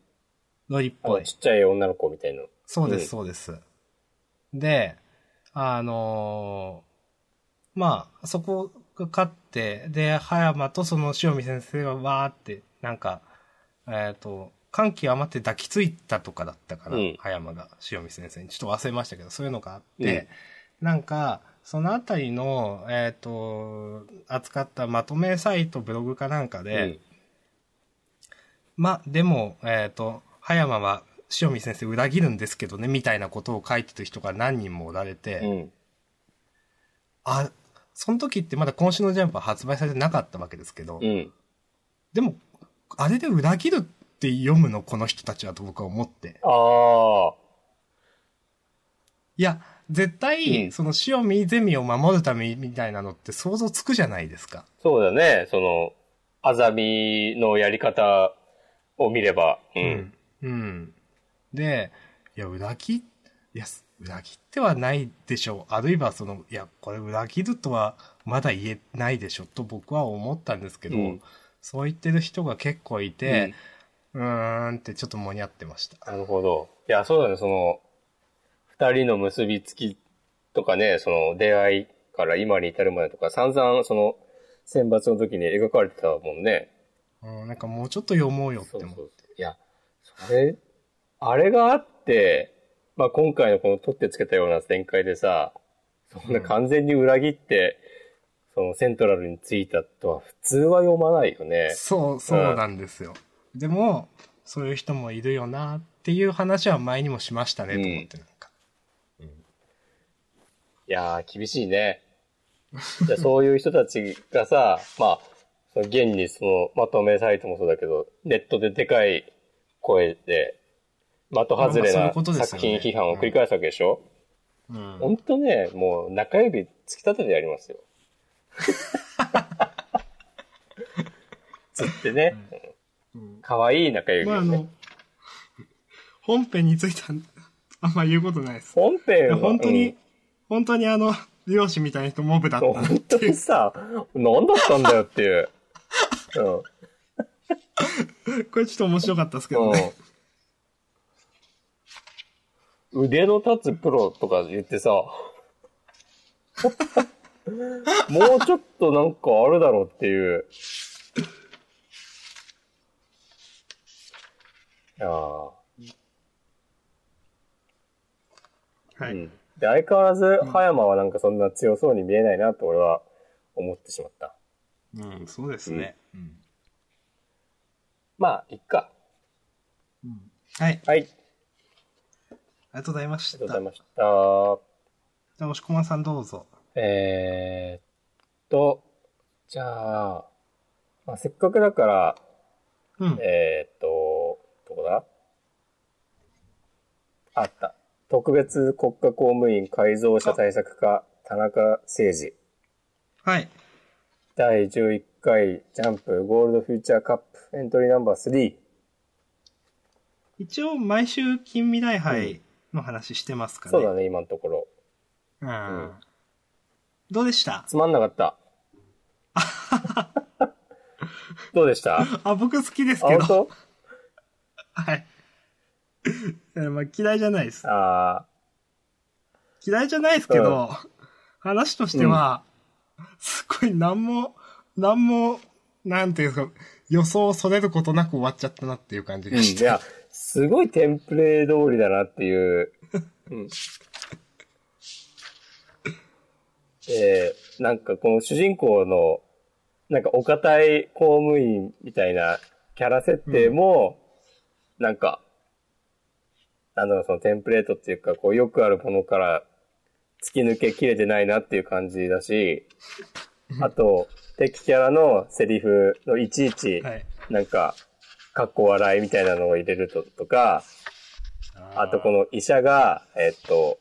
ロリっあぽの、い。ちっちゃい女の子みたいな。そううでんす、そうです。で、あのーまあ、そこが勝って、で、葉山とその塩見先生がわーって、なんか、えっ、と、歓喜余って抱きついたとかだったから、うん葉山が塩見先生に。ちょっと忘れましたけど、そういうのがあって、なんか、そのあたりの、えっ、と、扱ったまとめサイト、ブログかなんかで、まあ、でも、えっ、と、葉山は塩見先生裏切るんですけどね、みたいなことを書いてる人が何人もおられて、うん。うん。あ、その時ってまだ今週のジャンプは発売されてなかったわけですけど、うん。でも、あれで裏切るって読むの、この人たちはと僕は思って。ああ。いや、絶対、うんその塩見ゼミを守るためみたいなのって想像つくじゃないですか。そうだね。その、あざみのやり方を見れば。う。。うんうん。で、いや、裏切、いや、す裏切ってはないでしょう。あるいはその、いや、これ裏切るとはまだ言えないでしょ、と僕は思ったんですけど、うんそう言ってる人が結構いて、うーんってちょっともにゃってました。なるほど。いや、そうだね。その、二人の結びつきとかね、その出会いから今に至るまでとか、散々その、選抜の時に描かれてたもんね。うん、なんかもうちょっと読もうよってそう思そうう。そう。いや、それ、あれがあって、まあ、今回のこの取ってつけたような展開でさ、そんな完全に裏切って、そのセントラルに着いたとは普通は読まないよね。そう、そうなんですよ。でも、そういう人もいるよなっていう話は前にもしましたね、と思ってなんか。いやー、厳しいね。いや そういう人たちがさ、まあ、その現にそのまとめサイトもそうだけど、ネットででかい声で、的外れまあまあそういうなことです作よ品批ね判を繰り返すわけでしょ、うんほんとね、もう中指突き立ててやりますよ。 つってね、可愛い中指まをああね、の、本編についてはあんま言うことないです。本編は本当うんに、本当にあの、漁師みたいな人モブだ ったな本当にさ、何だったんだよっていう。うんこれちょっと面白かったですけどね。うん。腕の立つプロとか言ってさ、 もうちょっとなんかあるだろうっていう。いやーはうい。んで、相変わらず、葉山はなんかそんな強そうに見えないなと俺は思ってしまった。うん、そうですね。うんまあ、いっか。はい。はい。ありありがとうございましがとうごた。ざいじました。ゃあ、押し込まさんどうぞ。えー、っと、じゃあ、まあ、せっかくだから、うん。えー、っと、どこだあった。特別国家公務員改造者対策課、田中誠二。はい。第11回ジャンプゴールドフューチャーカップエントリーナンバー3。一応、毎週、近未来杯の話してますからそうだね、今のところ。うんうんどうでしたつまんなかった。どうでしたあ、あ、僕好きですけ本ど。当はい。 えまあ、嫌いじゃないです。あ嫌いじゃないですけど、話としては、すっごい何も、何も、なんていうんですか、予想をそれることなく終わっちゃったなっていう感じー、うがん、しいて。や、すごいテンプレ通りだなって いう。うん、えー、なんかこの主人公の、なんかお堅い公務員みたいなキャラ設定も、なんか、なんだろう、そのテンプレートっていうか、こうよくあるものから突き抜けきれてないなっていう感じだし、あと、敵キャラのセリフのいちいち、はい。なんか、かっこ笑いみたいなのを入れるととか、あとこの医者が、えっと、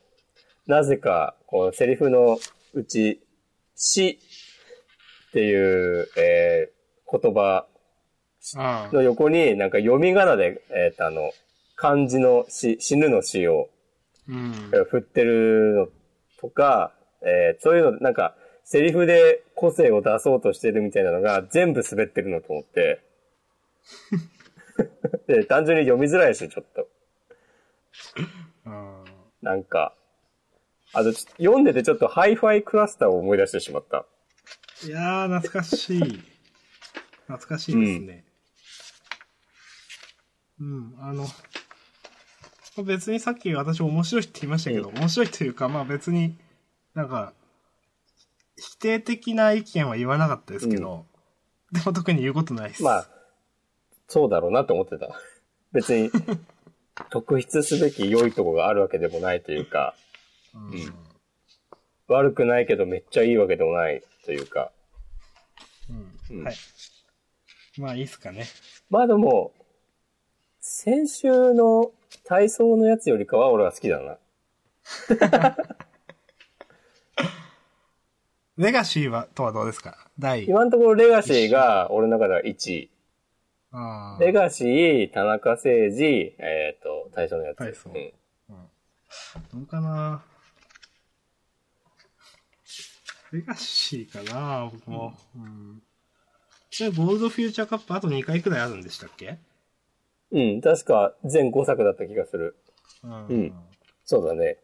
なぜか、こう、セリフのうち、死っていう、えー言葉あーの横に、なんか読み仮名で、えっと、あの、漢字の死、死ぬの死をうん。振ってるのとか、えーそういうの、なんか、セリフで個性を出そうとしてるみたいなのが全部滑ってるのと思 って。で、単純に読みづらいし、ちょっと。あーなんか。あと、ちょ読んでてちょっとハイファイクラスターを思い出してしまった。いやー、懐かしい。懐かしいですね。うん、あの、別にさっき私面白いって言いましたけど、面白いというか、まあ別に、なんか、否定的な意見は言わなかったですけど、でも特に言うことないです。まあ、そうだろうなと思ってた。別 に、特筆すべき良いとこがあるわけでもないというか、うん、うん悪くないけどめっちゃいいわけでもないというか。ううんん。はい。まあいいっすかね。まあでも、先週の体操のやつよりかは俺は好きだな。レガシーは、とはどうですか第。今のところレガシーが俺の中では1位。あーレガシー、田中誠二、えっ、と、体操のやつ。体操うんどうかなレガシーかな僕も。うん。じゃあ、ゴールドフューチャーカップあと2回くらいあるんでしたっけうん、確か全5作だった気がする。うんうんそうだね。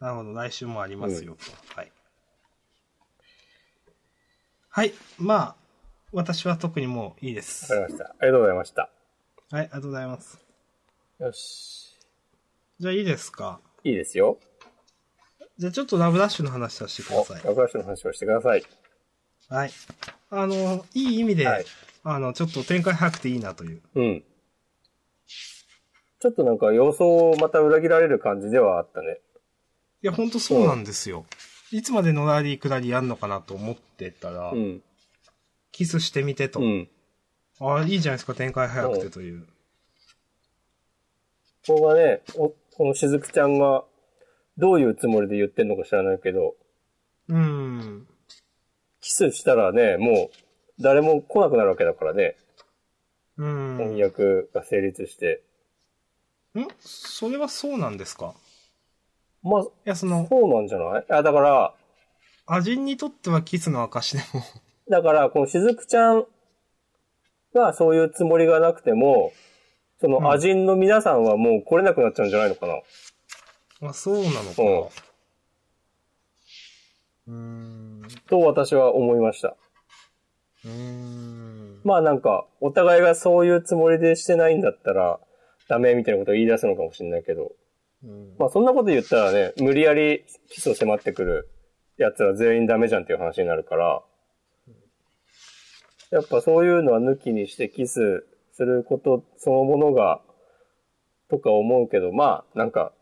なるほど、来週もありますよ、とはい。はい、まあ、私は特にもういいでわす。かりはい、ました。ありがとうございました。ありがとうございます。よし。じゃあいいですか。いいですよ。じゃあちょっとラブダッシュの話させてくだお、さい。ラブラッシュの話をしてください。はい。あの、いい意味で、はいあの、ちょっと展開早くていいなという。うん。ちょっとなんか予想をまた裏切られる感じではあったね。いや、ほんとそうなんですよ。いつまでのラリー下りやんのかなと思ってたら、うん。キスしてみてと。うん。ああ、いいじゃないですか、展開早くてという。ここがね、おこのしずくちゃんがどういうつもりで言ってんのか知らないけど、うん。キスしたらね、もう誰も来なくなるわけだからね。うん。翻訳が成立して。んそれはそうなんですかまあ、いや、その、そうなんじゃないあ、だから、アジンにとってはキスの証でも。 だから、このしずくちゃんがそういうつもりがなくても、そうのんアジンの皆さんはもう来れなくなっちゃうんじゃないのかな。まあ、そうなのかな。うんうーん。と私は思いました。うーん。まあなんか、お互いがそういうつもりでしてないんだったら、ダメみたいなことを言い出すのかもしれないけど、うんまあそんなこと言ったらね、無理やりキスを迫ってくる奴ら全員ダメじゃんっていう話になるから、やっぱそういうのは抜きにしてキスすることそのものが、とか思うけど、まあなんか、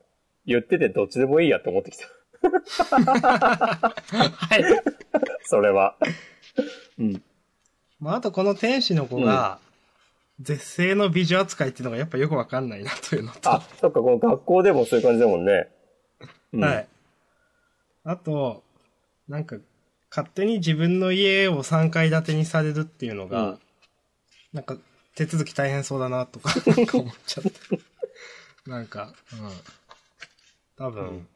言っててどっちでもいいやって思ってきた。 はい。それは。うん。まあ、あとこの天使の子が、絶世の美女扱いっていうのがやっぱよくわかんないなというの と。あ、そっか、この学校でもそういう感じだもんね。うんはい。あと、なんか、勝手に自分の家を3階建てにされるっていうのが、うんなんか、手続き大変そうだな とか、なんか思っちゃった。なんか、うん。多分、うん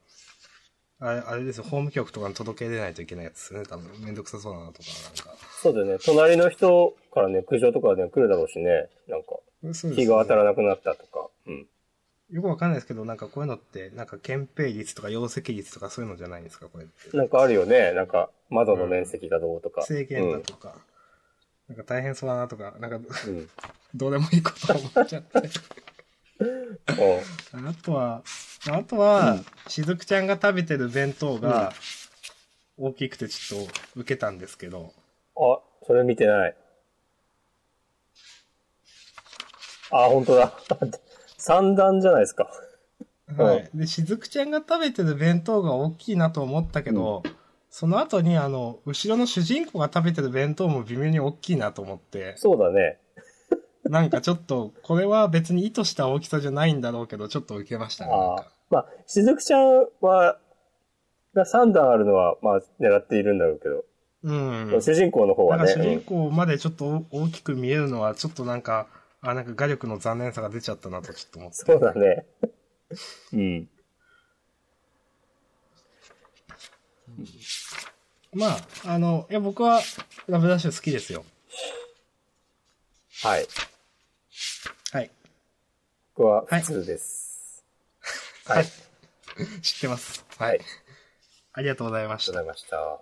あれ、あれですよ、法務局とかに届け出ないといけないやつですね。多分、めんどくさそうだなとか、なんか。そうだよね。隣の人からね、苦情とかね、来るだろうしね。なんか、そうです日ねが当たらなくなったとか。うん。よくわかんないですけど、なんかこういうのって、なんか憲兵率とか容積率とかそういうのじゃないんですか、これって。なんかあるよね。なんか、窓の面積がどうとか。制限だとか、なんか大変そうだなとか、なんか、うん。うん。どうでもいいこと思っちゃって。おあとは、あとは、しずくちゃんが食べてる弁当が、大きくてちょっと受けたんですけど、あ、それ見てない。あ、本当だ。 三段じゃないですか。はい。で、しずくちゃんが食べてる弁当が大きいなと思ったけど、その後にあの、後ろの主人公が食べてる弁当も微妙に大きいなと思って、そうだね。なんかちょっと、これは別に意図した大きさじゃないんだろうけど、ちょっと受けましたね。なんあかまあ、しずくちゃんは、が三段あるのは、まあ、狙っているんだろうけど。うん。主人公の方はなんね。か主人公までちょっと大きく見えるのは、ちょっとなんか、あ、なんか画力の残念さが出ちゃったなとちょっと思って。そうだね。うん。まあ、あの、いや、僕は、ラブダッシュ好きですよ。はい。はい。僕は普通です。はい。ありが知ってます。はい。ありがとうございまとしうごた。ざいました。あ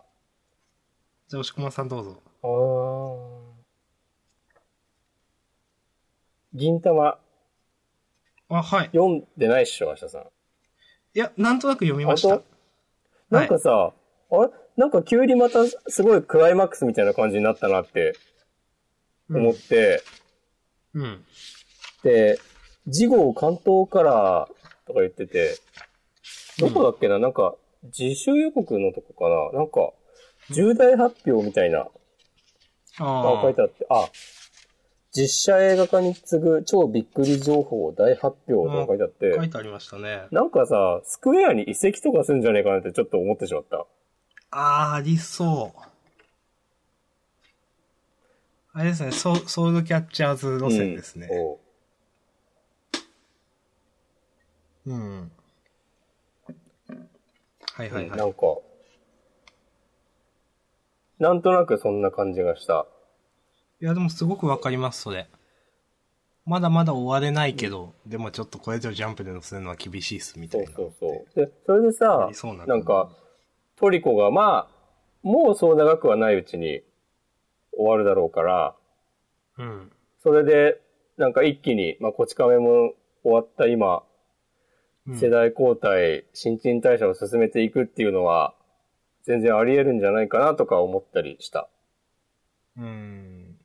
じゃあ、押駒さんどうぞ。ー銀玉あ、はい。読んでないっしょ、明日さん。いや、なんとなく読みました本。なんかさ、あれなんか急にまたすごいクライマックスみたいな感じになったなって思って、うん。で、次号関東からとか言ってて、どこだっけな、なんか、自主予告のとこかななんか、重大発表みたいな、ああ書いてあって、あ、実写映画化に次ぐ超びっくり情報大発表とか書いてあって、書いてありましたね。なんかさ、スクエアに移籍とかするんじゃねえかなってちょっと思ってしまった。あー、ありそう。あれですね、ソソウルキャッチャーズ路線ですねう。んおううん。はいはいはい。なんか、なんとなくそんな感じがした。いや、でもすごくわかります、それ。まだまだ終われないけど、でもちょっとこれ以上ジャンプで乗せるのは厳しいっす、みたそいうな。そうそう。で、それでさありそう、ななんか、トリコが、まあ、もうそう長くはないうちに終わるだろうから、うん。それで、なんか一気に、まあ、こち亀も終わった今、うん世代交代、新陳代謝を進めていくっていうのは、全然あり得るんじゃないかなとか思ったりした。うん。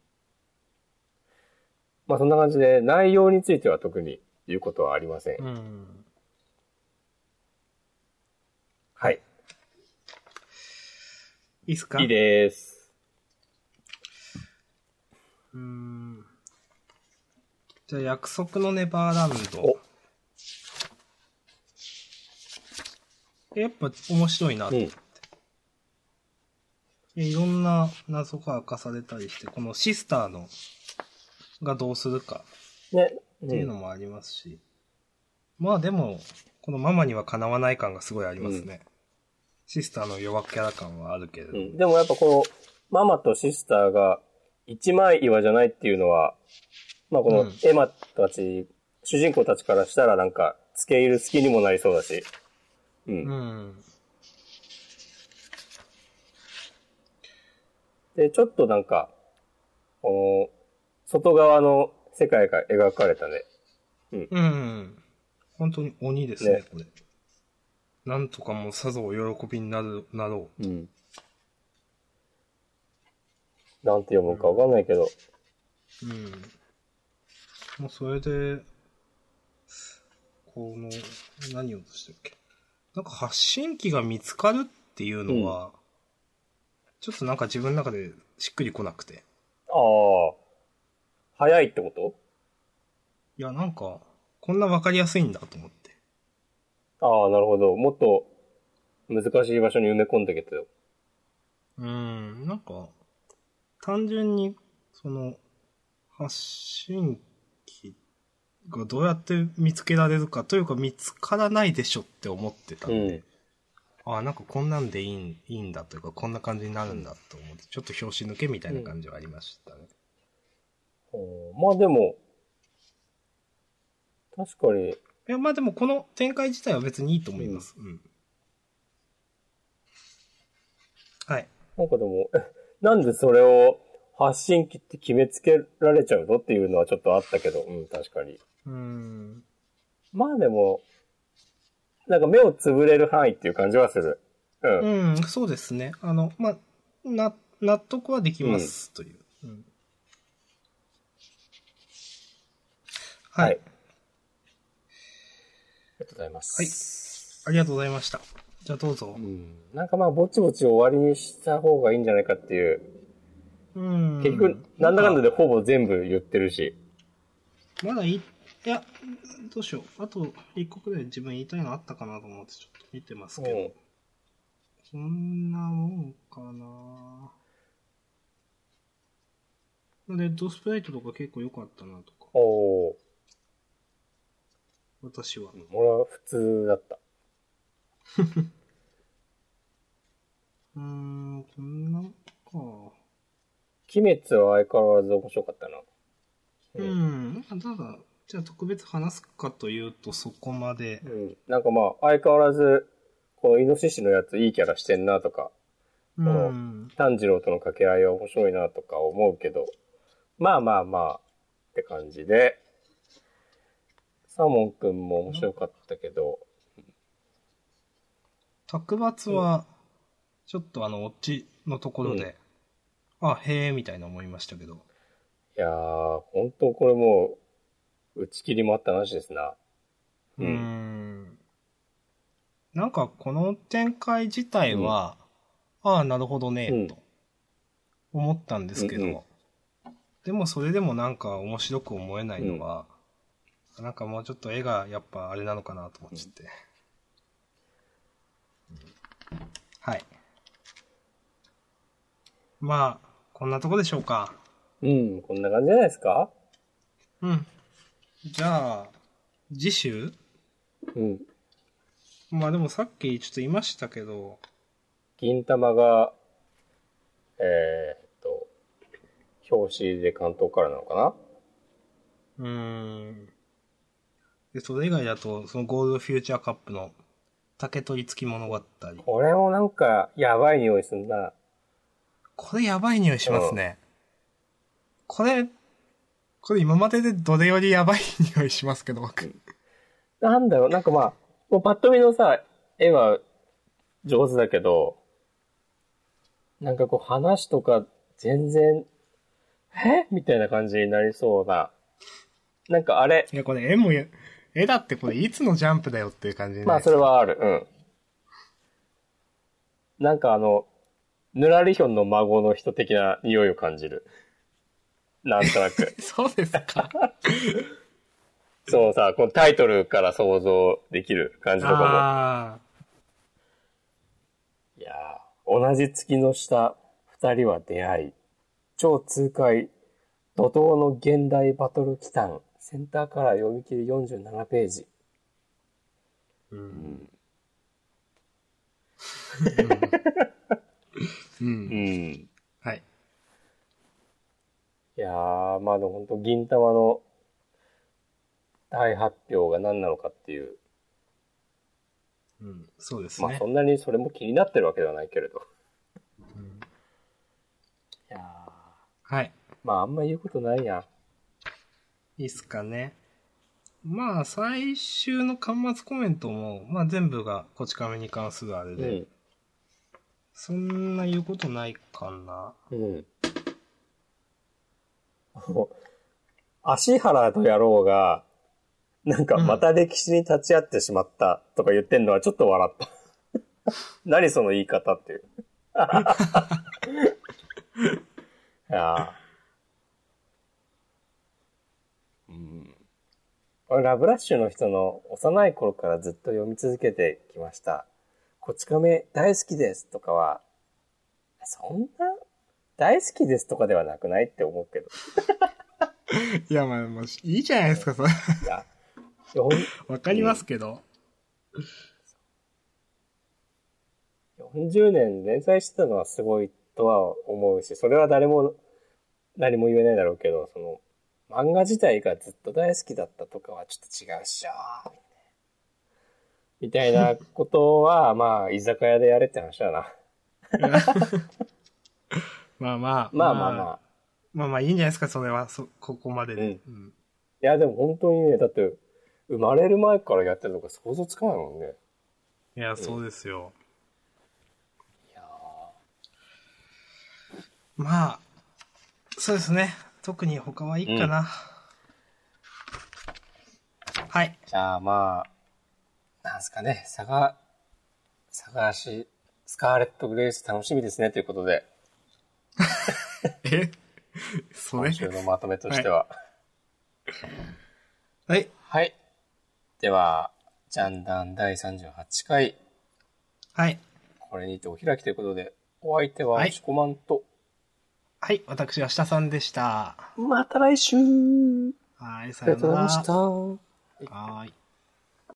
まあ、そんな感じで、内容については特に言うことはありません。うん。はい。いいっすかいいです。うーん。じゃあ、約束のネバーランドお。やっぱ面白いな、うん。えいろんな謎が明かされたりして、このシスターの、がどうするかね。っていうのもありますし。まあでも、このママにはかなわない感がすごいありますね。シスターの弱キャラ感はあるけれどうも。ん、でもやっぱこの、ママとシスターが一枚岩じゃないっていうのは、まあこうのんエマたち、主人公たちからしたらなんか、付け入る好きにもなりそうだし。うん。うん。で、ちょっとなんか、この、外側の世界が描かれたね。うん。本当に鬼ですね、ねこれ。なんとかもうさぞお喜びになる、なろう。うん。なんて読むかわかんないけど。うん。もうそれで、この、何をとしてるっけ。なんか発信機が見つかるっていうのは、ちょっとなんか自分の中でしっくりこなくて。ああ。早いってこといや、なんか、こんなわかりやすいんだと思って。ああ、なるほど。もっと難しい場所に埋め込んだけど。うん、なんか、単純に、その、発信機がどうやって見つけられるかというか見つからないでしょって思ってた。うん。ああ、なんかこんなんでいいんいいんだというか、こんな感じになるんだと思って、ちょっと拍子抜けみたいな感じはありましたね。うんまあでも、確かに、いや、まあでもこの展開自体は別にいいと思います。うん。はい。なんかでも、 えなんでそれを発信機って決めつけられちゃうのっていうのはちょっとあったけど、うん、確かに。うん。まあでも、なんか目をつぶれる範囲っていう感じはする。うん。うん、そうですね。あの、まあ、な、納得はできます、という。うんはい、はいりがとうございます。ありがとうございました。じゃあどうぞう。ん。なんかまあ、ぼちぼち終わりにした方がいいんじゃないかっていう。うん。結局、なんだかんだで。でほぼ全部言ってるし。まだいい、いや、どうしよう。あと、一個くらい自分言いたいのあったかなと思ってちょっと見てますけうどん。そんなもんかなレッドスプライトとか結構良かったなとか、おー。私は。俺は普通だった。うーん、こんなもんか。鬼滅は相変わらず面白かったな。ううんん。ただ、じゃあ特別話すかというとそこまで。うん。なんかまあ、相変わらず、このイノシシのやついいキャラしてんなとか、う。うん炭治郎との掛け合いは面白いなとか思うけど、まあまあまあ、って感じで、サーモンくんも面白かったけど、卓抜は、ちょっとあの、オチのところで、あ、へえ、みたいな思いましたけど。いやー、本当これもう、打ち切りもあった話ですな。ううーんん。なんか、この展開自体は、ああ、なるほどね、うんと思ったんですけど、うんうんでもそれでもなんか面白く思えないのは、なんかもうちょっと絵がやっぱあれなのかなと思っちゃって。はい。まあ、こんなとこでしょうか。うん、こんな感じじゃないですかうん。じゃあ、次週うん。まあでもさっきちょっと言いましたけど、銀玉が、えーっと、表紙で関東からなのかなうーん。で、それ以外だと、そのゴールドフューチャーカップの竹取付き物語。これもなんか、やばい匂いすんな。これやばい匂いしますね。これ、これ今まででどれよりやばい匂いしますけど、僕。なんだろう、なんかまあ、もうパッと見のさ、絵は上手だけど、なんかこう話とか全然、えみたいな感じになりそうな。なんかあれ、いや、これ絵もや、絵だってこれいつのジャンプだよっていう感じで。。まあそれはある、うん。なんかあの、ぬらりひょんの孫の人的な匂いを感じる。なんとなく そうですか。そうさ、このタイトルから想像できる感じとかああ。も。いやー同じ月の下、二人は出会い。超痛快、怒涛の現代バトル期間。センターから読み切り47ページ。うん。う。うんん。はい。いやー、まあでも本当銀玉の大発表が何なのかっていう。うん。そうですね。まあそんなにそれも気になってるわけではないけれど。いやーはい。まああんま言うことないや。いいっすかね。まあ、最終の端末コメントも、まあ全部がこち亀に関するあれうで、ん。そんな言うことないかな。うん。もう足原と野郎が、なんかうんまた歴史に立ち会ってしまったとか言ってんのはちょっと笑った。 何その言い方っていう。 いやーうん俺ラブラッシュの人の幼い頃からずっと読み続けてきました。こち亀大好きですとかは、そんな大好きですとかではなくないって思うけど。 いや、まあ、もういいじゃないですか、それ。いや、いやほんわかりますけど。 40年連載してたのはすごいとは思うし、それは誰も何も言えないだろうけど、その、漫画自体がずっと大好きだったとかはちょっと違うっしょーみたいなことは、まあ、居酒屋でやれって話だな。 まあまあ。まあまあまあ。まあまあ、いいんじゃないですか、それは。そ、ここまでで。うんいや、でも本当にね、だって、生まれる前からやってるのか想像つかないもんね。いや、そうですよ。まあ、そうですね。特に他はいいかな。はい。じゃあまあ、なんすかね、サガ、サガーシ、スカーレット・グレイス楽しみですね、ということで、えそれ今週のまとめとしては。はい。はい。では、ジャンダン第38回、はい。これにてお開きということで、お相手ははい押しこまんと、はい。私、明日さんでした。また来週あはい。さりよがとうごうざないら。ました。はーい。